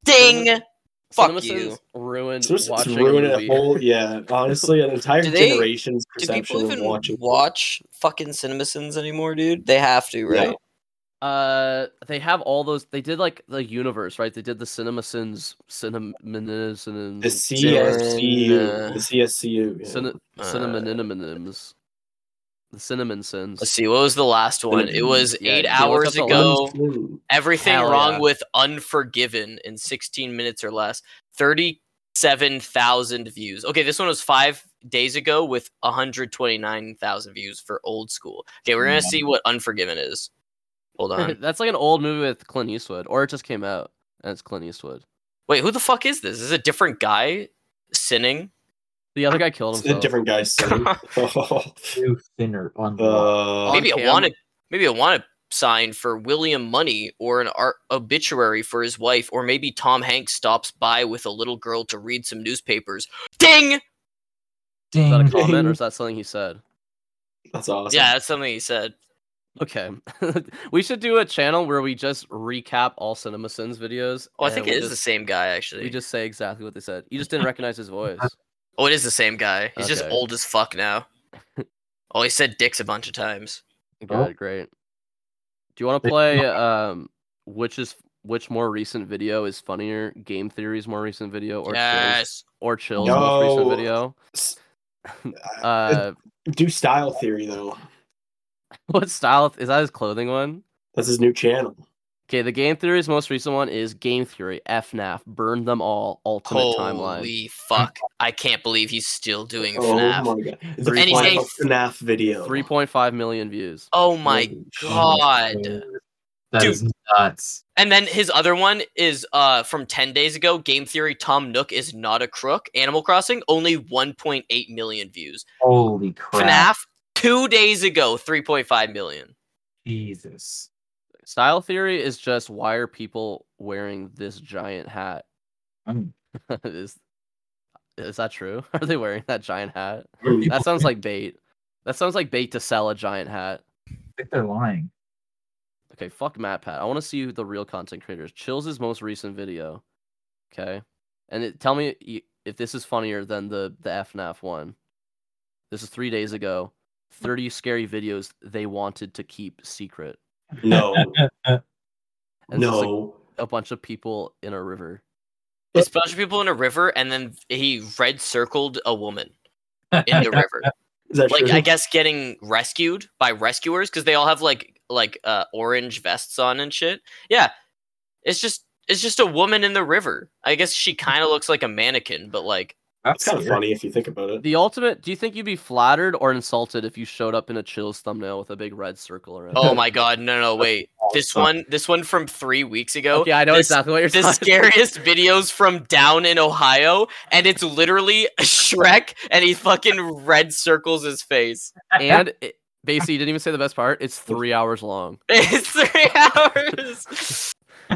G: ding. Fuck you.
B: CinemaSins ruined
D: CinemaSins
B: watching
D: ruined
B: a
D: a
B: movie.
D: whole yeah, honestly, an entire
G: Do they-
D: generation's
G: Do
D: perception
G: people
D: of
G: even
D: watching
G: watch fucking CinemaSins anymore, dude? They have to,
D: Yeah.
G: right?
B: Uh, they have all those. They did like the universe, right? They did the CinemaSins, CinemaSins,
D: the CSCU.
G: uh,
D: The CSCU. yeah.
B: Cine-
G: Uh,
B: Cinnamonyms. The cinnamon sins.
G: Let's see. What was the last one? It was
B: Yeah,
G: eight
B: yeah, look
G: hours
B: up the last
G: ago.
D: Mm.
G: Everything
B: Hell
G: wrong
B: yeah.
G: with Unforgiven in 16 minutes or less. 37,000 views. Okay, this one was five days ago with 129,000 views for old school. Okay, we're going to
B: Mm.
G: see what Unforgiven is. Hold on.
B: That's like an old movie with Clint Eastwood, or it just came out and it's Clint Eastwood.
G: Wait, who the fuck is this? Is this a different guy sinning?
B: The other guy killed
D: It's
B: himself.
D: a different guy's son.
F: New thinner on
D: Uh,
B: On
G: Maybe I
B: cam.
G: wanted maybe I want to sign for William Money or an ar- obituary for his wife or maybe Tom Hanks stops by with a little girl to read some newspapers. Ding!
B: Is that a
F: Ding.
B: comment or is that something he said?
D: that's awesome.
G: Yeah, that's something he said.
B: Okay, we should do a channel where we just recap all CinemaSins videos.
G: Oh, I
B: and
G: think
B: we
G: it is
B: just,
G: the same guy actually.
B: We just say exactly what they said. You just didn't recognize his voice.
G: oh, it is the same guy. He's just
B: Okay.
G: old as fuck now. oh, he said dicks a bunch of times.
B: Good, great. Do you want to play? Um, which is which more recent video is funnier? Game Theory's more recent video, or Chill's,
G: yes.
B: or Chill's most recent
D: No.
B: video?
D: S-
B: Uh,
D: Do style theory though.
B: what style is that? His clothing one.
D: That's his new channel.
B: Okay, the Game Theory's most recent one is Game Theory FNAF. Burn them all. Ultimate timeline.
G: Holy fuck. I can't believe he's still doing
D: Oh
G: FNAF.
D: my god! The
G: And he's
D: final
G: saying-
D: FNAF video.
B: Three point five million views.
G: Oh my god.
F: That
G: Dude.
F: is nuts.
G: And then his other one is uh from 10 days ago, Game Theory Tom Nook is not a crook. Animal Crossing only 1.8 million views.
F: Holy crap.
G: FNAF 2 days ago, 3.5 million.
F: Jesus.
B: Style theory is just why are people wearing this giant hat?
F: Mm.
B: is Is that true? Are they wearing that giant hat?
D: Or
B: That sounds like bait. That sounds like bait to sell a giant hat.
F: I think they're lying.
B: Okay, fuck MatPat. I want to see who the real content creator is. Chills' most recent video. Okay. And it, tell me y- if this is funnier than the, the FNAF one. This is three days ago. 30 scary videos they wanted to keep secret.
D: No,
B: And it's just, like,
D: no.
B: a bunch of people in a river.
G: It's a bunch of people in a river, and then he red circled a woman in the river.
D: Is that
G: like
D: true?
G: I guess getting rescued by rescuers because they all have like like uh, orange vests on and shit. Yeah, it's just it's just a woman in the river. I guess she kind of looks like a mannequin, but like
D: It's kind of funny if you think about it.
B: The ultimate, do you think you'd be flattered or insulted if you showed up in a Chills thumbnail with a big red circle around?
G: oh my god, no no wait, this
D: awesome.
G: one this one from three weeks ago.
B: Okay, I know
G: this-
B: exactly what you're
G: The
B: talking
G: scariest videos from down in Ohio, and it's literally Shrek, and he fucking red circles his face.
B: And it, basically, you didn't even say the best part. It's three hours long.
G: It's three hours.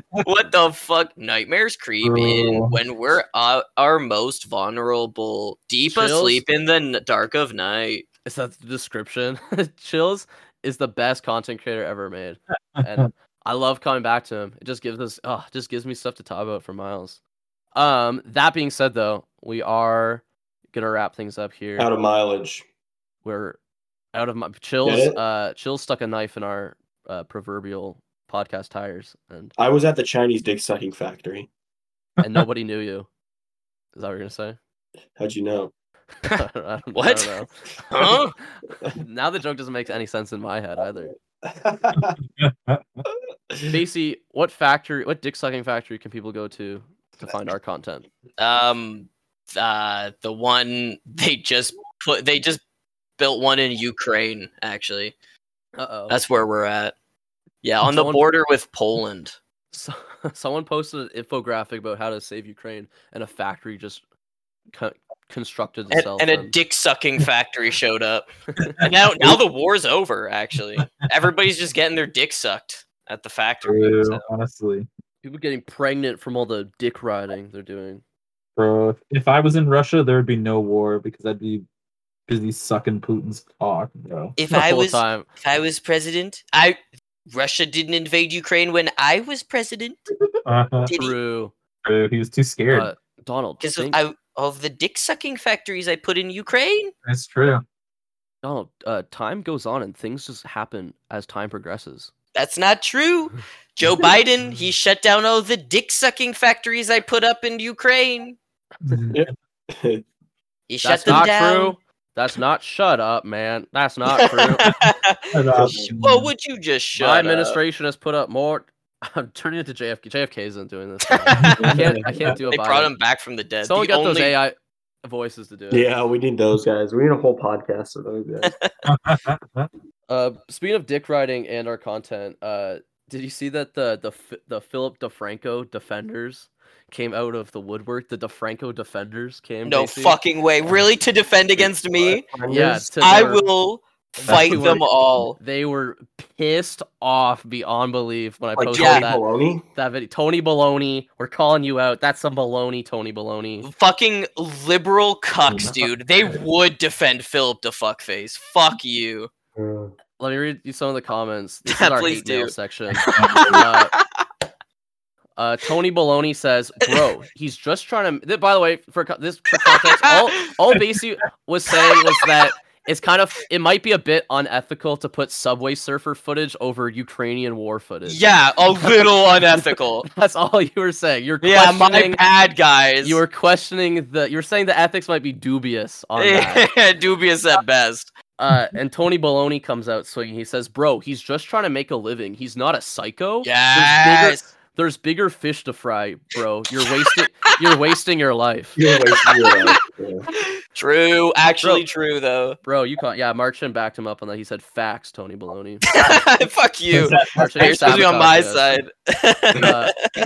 G: what the fuck? Nightmares creep in
F: Bro.
G: when we're uh, our most vulnerable, deep
B: Chills.
G: asleep in the n- dark of night.
B: Is that the description? Chills is the best content creator ever made, and I love coming back to him. It just gives us, oh, it just gives me stuff to talk about for miles. Um, that being said, though, we are gonna wrap things up here.
D: Out of mileage.
B: We're out of my chills.
D: it?
B: Uh, chills stuck a knife in our uh, proverbial podcast tires, and
D: I was at the Chinese dick sucking factory.
B: and nobody knew you. Is that what you're gonna say?
D: How'd you know?
B: I don't- I don't- I
G: What?
B: don't know.
G: Huh?
B: now the joke doesn't make any sense in my head either.
D: Basically,
B: Basie, what factory, what dick sucking factory can people go to to find our content?
G: Um, uh, the one they just put, they just built one in Ukraine. Actually,
B: Uh oh.
G: that's where we're at. Yeah, on the
B: Someone-
G: border with Poland.
B: So, someone posted an infographic about how to save Ukraine, and a factory just co- constructed
G: and,
B: itself.
G: and a
B: and-
G: dick sucking factory showed up. and now, now the war's over. Actually, everybody's just getting their dick sucked at the factory.
F: True,
G: so-
F: honestly.
B: people getting pregnant from all the dick riding they're doing.
F: Bro, if- if I was in Russia, there would be no war because I'd be busy sucking Putin's cock, bro.
G: If
B: the
G: I
B: whole
G: was,
B: time.
G: if I was president, I Russia didn't invade Ukraine when I was president.
F: Uh-huh.
G: Did he?
B: True.
F: Bro, he was too scared.
B: Uh, Donald,
G: Because
B: think,
G: of, I- of the dick sucking factories I put in Ukraine.
F: That's true.
B: Donald, uh, time goes on and things just happen as time progresses.
G: That's not true. Joe Biden, he shut down all the dick sucking factories I put up in Ukraine. He shut
B: That's
G: them
B: not
G: down.
B: true. That's not shut up, man. That's not true.
G: well, would you just shut
B: My
G: up?
B: administration has put up more. I'm turning it to JFK. JFK isn't doing this. I can't, I can't do a
G: They brought him back from the dead.
B: Someone
G: the
B: got those
G: only-
B: AI voices to do it.
D: yeah, we need those guys. We need a whole podcast of those guys.
B: Uh, speaking of dick riding and our content, uh, did you see that the the Ph- the Philip DeFranco defenders came out of the woodwork? The DeFranco defenders came.
G: No
B: Casey?
G: fucking way. Really? To defend against me?
B: Yeah, to-
G: I
B: they were-
G: will fight
B: who
G: them
B: were-
G: all.
B: They were pissed off beyond belief when I
D: Like
B: posted
D: Tony
B: that
D: Maloney?
B: that video. Tony Baloney, we're calling you out. That's some baloney, Tony Baloney.
G: Fucking liberal cucks, dude. They would defend Philip to fuckface. Fuck you.
B: Let me read you some of the comments. This is
G: Yeah,
B: our
G: please
B: hate mail
G: do.
B: section. Uh, Uh, Tony Baloney says, "Bro, he's just trying to." th- by the way, for co- this for context, all all Basie was saying was that it's kind of it might be a bit unethical to put Subway Surfer footage over Ukrainian war footage.
G: yeah, a little unethical.
B: that's all you were saying. You're
G: Yeah, my
B: questioning.
G: bad, guys.
B: you were questioning the. You were saying the ethics might be dubious on that.
G: dubious at best.
B: Uh, and Tony Baloney comes out swinging. He says, "Bro, he's just trying to make a living. He's not a psycho.
G: Yes.
B: There's bigger fish to fry, bro. You're wasting. you're wasting your life,
D: You're wasting your life. Yeah.
G: True. Actually true, though.
B: bro. You can't. Yeah, Marchin backed him up on that. He said, "Facts, Tony Baloney.
G: Fuck you.
B: Marchin
G: You're supposed to be on my
B: sabotaged us.
G: side.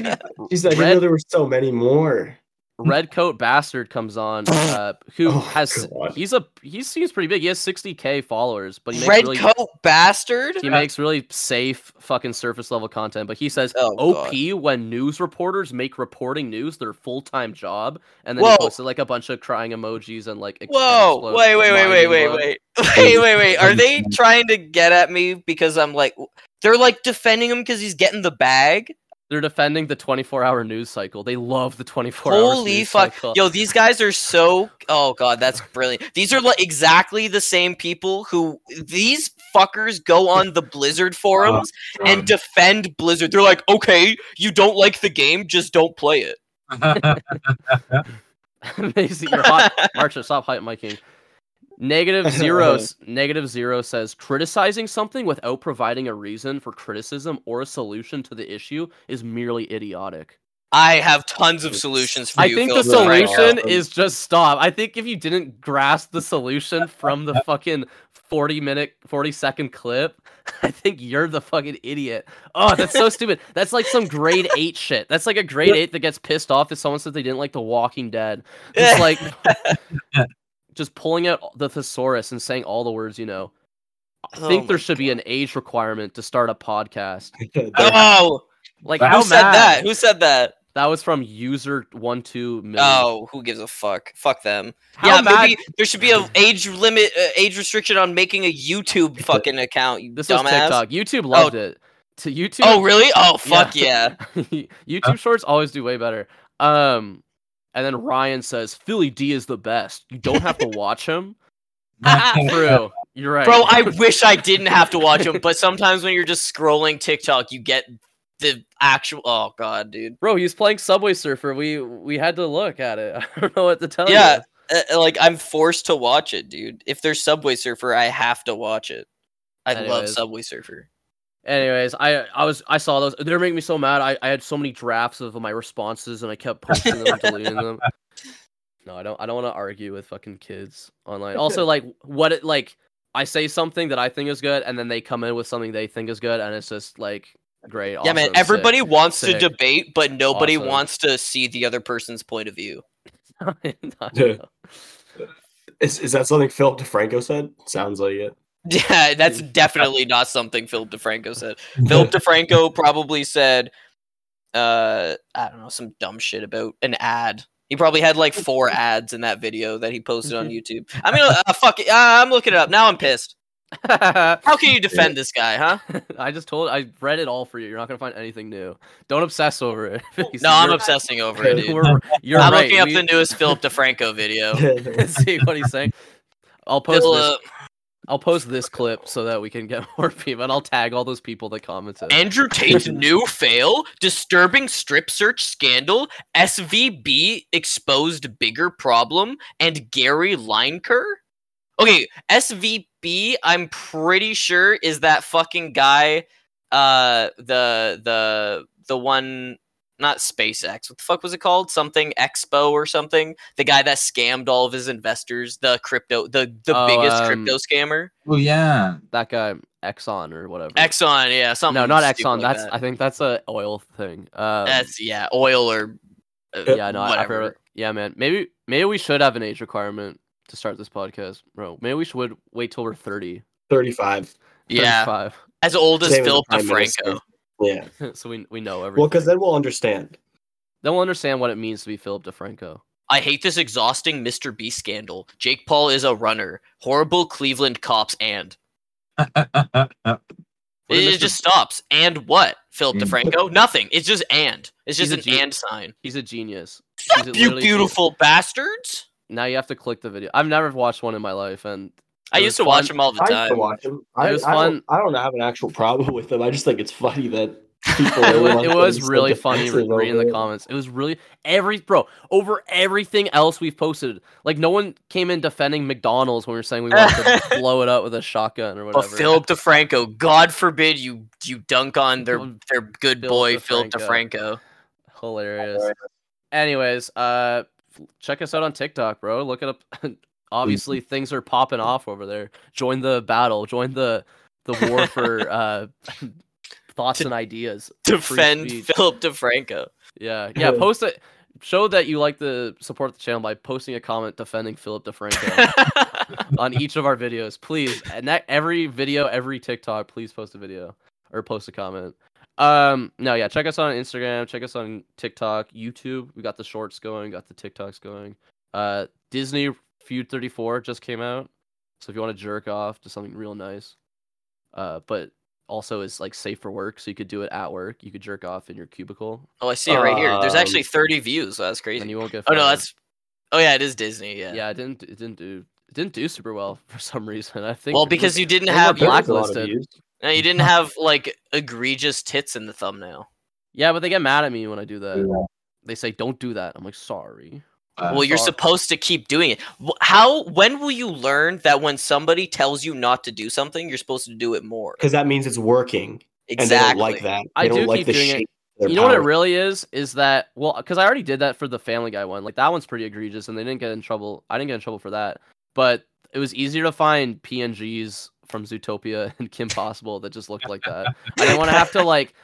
B: Uh,
D: She's like, I
B: Red-
D: know there were so many more.
B: Red Coat Bastard comes on, uh, who
D: Oh,
B: has
D: God.
B: he's a he seems pretty big. He has 60k followers, but he makes
G: Red
B: really
G: coat bastard.
B: he makes really safe fucking surface level content. But he says
G: Oh,
B: OP
G: God.
B: when news reporters make reporting news their full time job, and then
G: Whoa.
B: he posted like a bunch of crying emojis and like ex- and
G: Whoa!
B: explode-
G: Wait! Wait! Wait! Wait!
B: mining
G: Wait!
B: emoji.
G: Wait! Wait! Wait! Wait! Are they trying to get at me because I'm like they're like defending him because he's getting the bag?
B: They're defending the 24 hour news cycle. They love the 24 hour.
G: Holy fuck. Yo, these guys are so oh god, that's brilliant. These are like exactly the same people who these fuckers go on the Blizzard forums
B: Oh,
G: and defend Blizzard. They're like, "Okay, you don't like the game, just don't play it."
B: Amazing. You're hot. Marcia, stop hype my king. Negative zero. s- negative zero says criticizing something without providing a reason for criticism or a solution to the issue is merely idiotic.
G: I have tons of solutions for
B: I
G: you.
B: think the
G: Philip Dreyfus.
B: solution is just stop. I think if you didn't grasp the solution from the fucking 40 minute, 40 second clip, I think you're the fucking idiot. Oh, that's so stupid. That's like some grade eight shit. That's like a grade eight that gets pissed off if someone says they didn't like The Walking Dead. Just like, just pulling out the thesaurus and saying all the words you know. I
G: Oh
B: think
G: my
B: there should be an age requirement to start a podcast.
G: Oh,
B: Like,
F: Who
B: how
G: who said
B: mad?
G: that? Who said that?
B: That was from user one two million.
G: Oh, who gives a fuck? Fuck them.
B: How
G: yeah,
B: mad-
G: maybe there should be an age limit, uh, age restriction on making a YouTube fucking account. You
B: This
G: dumbass.
B: was TikTok. YouTube loved it. To YouTube.
G: Oh, really? Oh, fuck yeah.
B: YouTube shorts always do way better. Um, and then Ryan says Philly D is the best. You don't have to watch him. True. You're right,
G: Bro, I wish I didn't have to watch them, but sometimes when you're just scrolling TikTok, you get the actual. Oh god, dude.
B: Bro, he's playing Subway Surfer. We we had to look at it. I don't know what to tell
G: Yeah.
B: you.
G: Uh, uh, like I'm forced to watch it, dude. If there's Subway Surfer, I have to watch it. I love
B: Anyways.
G: Subway Surfer.
B: Anyways, I I was I saw those. They're making me so mad. I, I had so many drafts of my responses and I kept posting them and deleting them. No, I don't I don't want to argue with fucking kids online. Also, like what it like I say something that I think is good and then they come in with something they think is good and it's just like great.
G: yeah, man.
B: awesome, sick.
G: Everybody wants
B: sick.
G: to debate, but nobody
B: Awesome.
G: wants to see the other person's point of view.
B: I don't
D: Yeah.
B: know.
D: Is, is that something Philip DeFranco said? Sounds like it.
G: Yeah, that's
B: Mm.
G: definitely not something Philip DeFranco said. Philip DeFranco probably said, uh, I don't know, some dumb shit about an ad. He probably had like four ads in that video that he posted
B: Mm-hmm.
G: on YouTube. I mean, uh, fuck it. Uh, I'm looking it up. Now I'm pissed. How can you defend this guy, huh?
B: I just told I read it all for you. You're not gonna find anything new. Don't obsess over it. Because
G: No, I'm
B: you're-
G: obsessing over it, dude.
B: we're- You're
G: I'm
B: right.
G: looking up
B: we-
G: the newest Philip DeFranco video.
B: see what he's saying. I'll post
G: Phil,
B: this.
G: uh,
B: I'll post this clip so that we can get more people, and I'll tag all those people that commented.
G: Andrew Tate's new fail, disturbing strip search scandal, SVB exposed bigger problem, and Gary Lineker? Okay, SVB, I'm pretty sure is that fucking guy, uh, the the the one, not SpaceX. What the fuck was it called? Something Expo or something. The guy that scammed all of his investors, the crypto, the the
B: Oh,
G: biggest
B: um,
G: crypto scammer.
F: oh yeah.
B: that guy Exxon or whatever.
G: Exxon, yeah, something.
B: No, not
G: stupid
B: Exxon.
G: like
B: that's
G: that.
B: I think that's a oil thing. Um,
G: That's yeah, oil or uh,
B: yeah, no, I- I've heard.
G: whatever.
B: of- Yeah, man. Maybe maybe we should have an age requirement to start this podcast, bro. Maybe we should wait till we're 30,
D: 35.
G: Yeah,
B: 35,
G: as old as
D: Same as
G: Philip
D: the Prime Minister.
G: DeFranco.
D: Yeah.
B: so we we know everything.
D: Well, because then we'll understand.
B: then we'll understand what it means to be Philip DeFranco.
G: I hate this exhausting Mr. B scandal. Jake Paul is a runner. Horrible Cleveland cops and
B: What
G: it,
B: did
G: it
B: Mr.
G: just stops. And what? Philip
F: Mm.
G: DeFranco? Nothing. It's just and. It's
B: He's
G: just
B: a
G: an
B: Jew.
G: and sign.
B: He's a genius. He's
G: Fuck you
B: literally-
G: beautiful bastards.
B: Now you have to click the video. I've never watched one in my life, and
G: I
B: It
G: used
B: was
G: to watch
B: fun.
G: him all the
D: I used to
G: time.
D: watch him. I,
B: It was
D: I
B: fun.
D: Don't, I don't have an actual problem with him. I just think it's funny that people.
B: it
D: are
B: was,
D: like
B: it was
D: so
B: really funny
D: defensive
B: re- reading the
D: over it.
B: comments. It was really every bro over everything else we've posted. Like no one came in defending McDonald's when we were saying we wanted to blow it up with a shotgun or
G: But
B: whatever.
G: Philip DeFranco, God forbid you you dunk on their
B: Philip-
G: their good
B: Philip
G: boy Philip
B: DeFranco.
G: DeFranco.
B: hilarious. Anyways, uh, f- check us out on TikTok, bro. Look it up. Obviously, things are popping off over there. Join the battle. Join the the war for uh, thoughts
G: To
B: and ideas. free
G: Defend
B: speech.
G: Philip DeFranco.
B: Yeah, yeah. Post it. show that you like to support the channel by posting a comment defending Philip DeFranco on each of our videos, please. And that every video, every TikTok, please post a video or post a comment. Um, no, yeah, check us on Instagram, check us on TikTok, YouTube. We got the shorts going, got the TikToks going. Uh, Disney Feud 34 just came out, so if you want to jerk off to something real nice, uh, but also is like safe for work, so you could do it at work. You could jerk off in your cubicle,
G: oh, I see it right here. There's actually
D: Um,
G: 30 views. That's
B: and
G: crazy.
B: you won't get.
G: Oh no,
B: fired.
G: that's. Oh yeah, it is Disney. Yeah.
B: yeah. It didn't it didn't do it didn't do super well for some reason. I think.
G: Well, because you didn't
B: they were
G: have
B: black-
G: black-
B: blacklisted.
G: no, you didn't have like egregious tits in the thumbnail.
B: yeah, but they get mad at me when I do that. They say don't do that. I'm like sorry.
F: Uh,
G: well, you're
B: sorry.
G: supposed to keep doing it. Wh- How? When will you learn that when somebody tells you not to do something, you're supposed to do it more?
D: Because that means it's working. And they
G: Exactly.
D: don't like that. They
B: I
D: don't
B: do
D: like
B: keep
D: the
B: doing it.
D: shape. of their
B: you know what it
D: power.
B: really is is that well because i already did that for the family guy one like that one's pretty egregious and they didn't get in trouble i didn't get in trouble for that but it was easier to find pngs from zootopia and kim possible that just looked like that i didn't want to have to like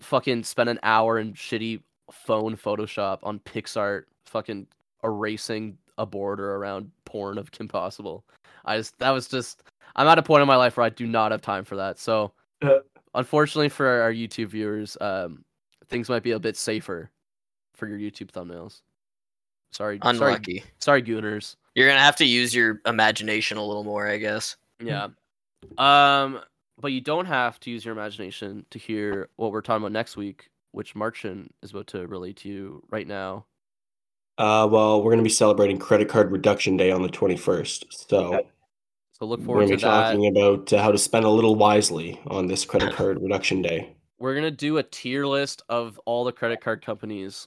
B: fucking spend an hour in shitty phone photoshop on pixart fucking erasing a border around porn of kim possible i just that was just i'm at a point in my life where i do not have time for that so
D: Uh.
B: unfortunately for our youtube viewers um things might be a bit safer for your YouTube thumbnails. Sorry, sorry,
G: Unlucky.
B: sorry, Gooners.
G: You're gonna have to use your imagination a little more, I guess.
B: Yeah. Um, but you don't have to use your imagination to hear what we're talking about next week, which Marchin is about to relate to you right now.
D: Uh, well, we're going to be celebrating Credit Card Reduction Day on the 21st. So
B: So look
D: we're
B: forward
D: going
B: to
D: to be
B: that.
D: talking about uh, how to spend a little wisely on this Credit Card Reduction Day.
B: We're gonna do a tier list of all the credit card companies,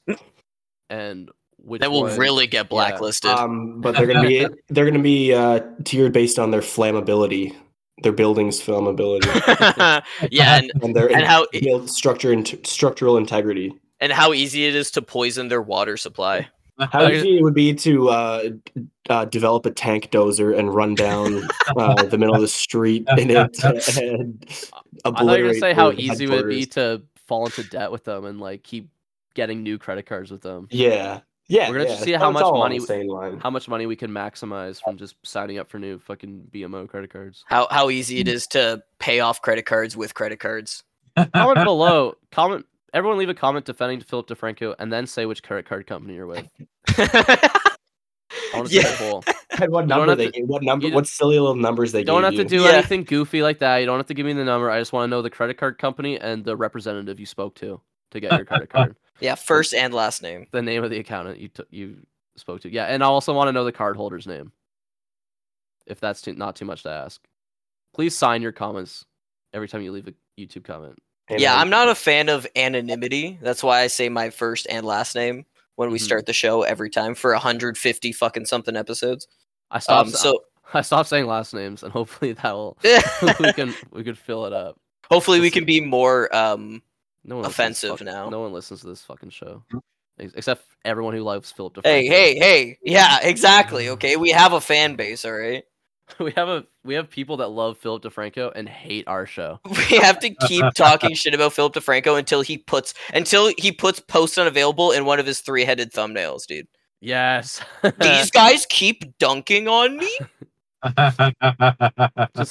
B: and which
G: That will
B: one-
G: really get blacklisted.
D: Um, but they're going to be they're going to be uh, tiered based on their flammability, their building's flammability,
G: yeah, and,
D: and their
G: And how-
D: build structure and structural integrity.
G: and how easy it is to poison their water supply.
D: How
B: Okay.
D: easy it would be to uh, d- uh, develop a tank dozer and run down uh, the middle of the street in it and
B: I thought you were gonna
D: obliterate
B: say how
D: their
B: easy would it be
D: headquarters.
B: to fall into debt with them and like keep getting new credit cards with them.
D: Yeah, yeah.
B: We're gonna
D: yeah.
B: see how
D: It's
B: much
D: all on
B: money-
D: the same line.
B: how much money we can maximize from just signing up for new fucking BMO credit cards.
G: How how easy it is to pay off credit cards with credit cards.
B: Comment below. Comment. Everyone leave a comment defending Philip DeFranco and then say which credit card company you're with. I want to see
G: yeah,
B: the poll.
D: And what
B: don't
D: number
B: have
D: they
B: to-
D: gave, what number
B: you
D: what silly little numbers they
B: You don't
D: gave
B: have to
D: you.
B: do
G: Yeah.
B: anything goofy like that. You don't have to give me the number. I just want to know the credit card company and the representative you spoke to to get your credit card.
G: yeah, first and last name.
B: The name of the accountant you t- you spoke to. Yeah, and I also want to know the cardholder's name. If that's too, not too much to ask, please sign your comments every time you leave a YouTube comment.
D: And
G: Yeah,
D: then-
G: I'm not a fan of anonymity. That's why I say my first and last name when we
B: Mhm.
G: start the show every time for 150 fucking something episodes.
B: I stopped.
G: Um, so
B: I stopped saying last names, and hopefully that will we can we could fill it up.
G: hopefully we can be more um
B: No one listens to
G: Offensive
B: fuck-
G: now.
B: No one listens to this fucking show, Ex- except everyone who loves Philip DeFranco.
G: hey, hey, hey. Yeah, exactly. Okay, we have a fan base, all right?
B: we have a we have people that love Philip DeFranco and hate our show.
G: we have to keep talking shit about Philip DeFranco until he puts until he puts post unavailable in one of his three headed thumbnails, dude.
B: Yes,
G: These guys keep dunking on me.
B: just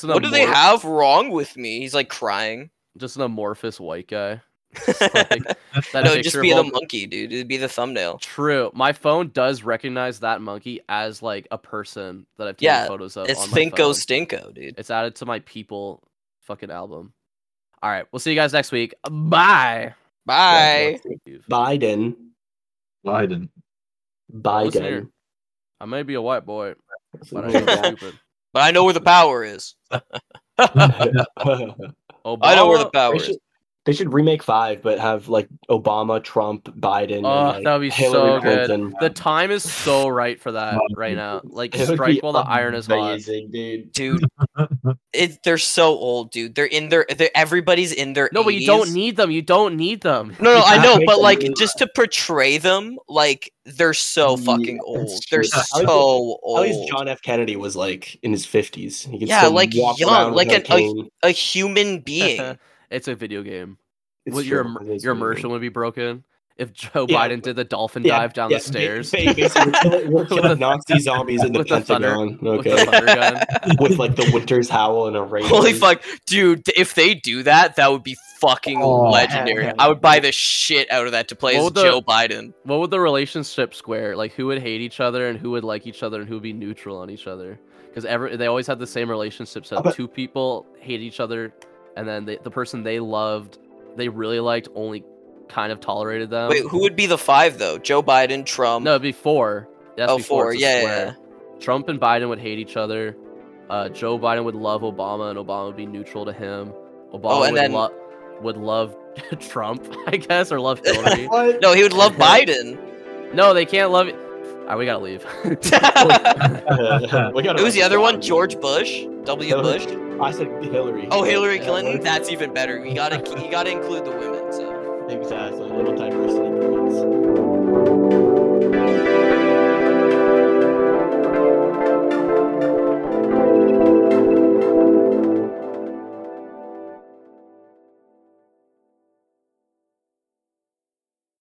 B: an
G: What do they
B: amor-
G: have wrong with me? He's like crying.
B: Just an amorphous white guy. Like,
G: no,
B: that
G: it'd just
B: picture
G: be
B: of
G: the
B: all-
G: monkey, dude. It'd be the thumbnail.
B: True. My phone does recognize that monkey as like a person that I've taken
G: Yeah,
B: photos of.
G: It's
B: uh, on my phone.
G: Finko Stinko, dude.
B: It's added to my people fucking album. All right, we'll see you guys next week. Bye.
G: Bye.
D: Biden.
F: Biden.
B: Listen here.
D: Biden.
B: I may be a white boy, but I
D: Something
B: ain't
D: like
B: stupid.
G: But I know where the power is.
D: that.
B: Obama,
G: I know where the power
D: they,
G: is.
D: should, they should remake five, but have like Obama, Trump, Biden.
B: Oh,
D: and, like,
B: that would be so
D: Hillary
B: good.
D: Clinton.
B: The time is so right for that right now. Like
D: It would be
B: strike while the iron is hot.
D: amazing, dude.
G: Dude, it, they're so old, dude. They're in their. They're, everybody's in their.
B: No, but you don't
G: 80s.
B: need them. You don't need them.
G: No, no,
D: You
G: I
D: can't
G: know,
D: make
G: but
D: them
G: like
D: do
G: just to portray them, like they're so
D: Yeah,
G: fucking
D: that's
G: old. They're
D: true.
G: so
D: At least- At
G: old.
D: least John F. Kennedy was like in his fifties. He could
G: Yeah,
D: still
G: like,
D: walk
G: young,
D: around with
G: like
D: no
G: an- a-
D: cane.
G: A human being.
B: it's a video game.
D: It's
B: Well, your
D: true.
B: im-
D: It is
B: your
D: true.
B: immersion would be broken. if Joe
D: Yeah.
B: Biden did the dolphin
D: Yeah,
B: dive down
D: yeah,
B: the stairs
D: ba- basically, we're killing, we're
B: With
D: killing
B: the-
D: Nazi zombies in the
B: with the thunder-
D: Pentagon.
B: with the
D: okay,
B: thunder gun.
D: with like the winter's howl and a rain.
G: Holy fuck, dude! If they do that, that would be fucking
F: Oh,
G: legendary.
D: hell yeah.
G: I would buy the shit out of that to play
B: Well,
G: as
B: the-
G: Joe Biden.
B: What would the relationship square like? Who would hate each other and who would like each other and who would be neutral on each other? Because every they always had the same relationship. So
D: But-
B: two people hate each other, and then they, the person they loved, they really liked, only kind of tolerated them.
D: um,
G: Wait, who would be the five though? Joe Biden, Trump.
B: No, before. That's
G: Um, Oh,
B: before.
G: four,
B: it's a
G: yeah,
B: square. Trump and Biden would hate each other. Uh, Joe Biden would love Obama, and Obama would be neutral to him. Obama
G: Oh, and
B: would,
G: then-
B: lo- would love Trump, I guess, or love Hillary.
D: What?
G: no, he would love Biden.
B: no, they can't love. Ah, we gotta leave.
D: We gotta-
G: Who's the other one? George Bush, W.
D: Hillary.
G: Bush.
D: I said Hillary.
G: Oh, Hillary Clinton. That's even better. You gotta you gotta include the women. So.
D: Exactly. A little diversity. please.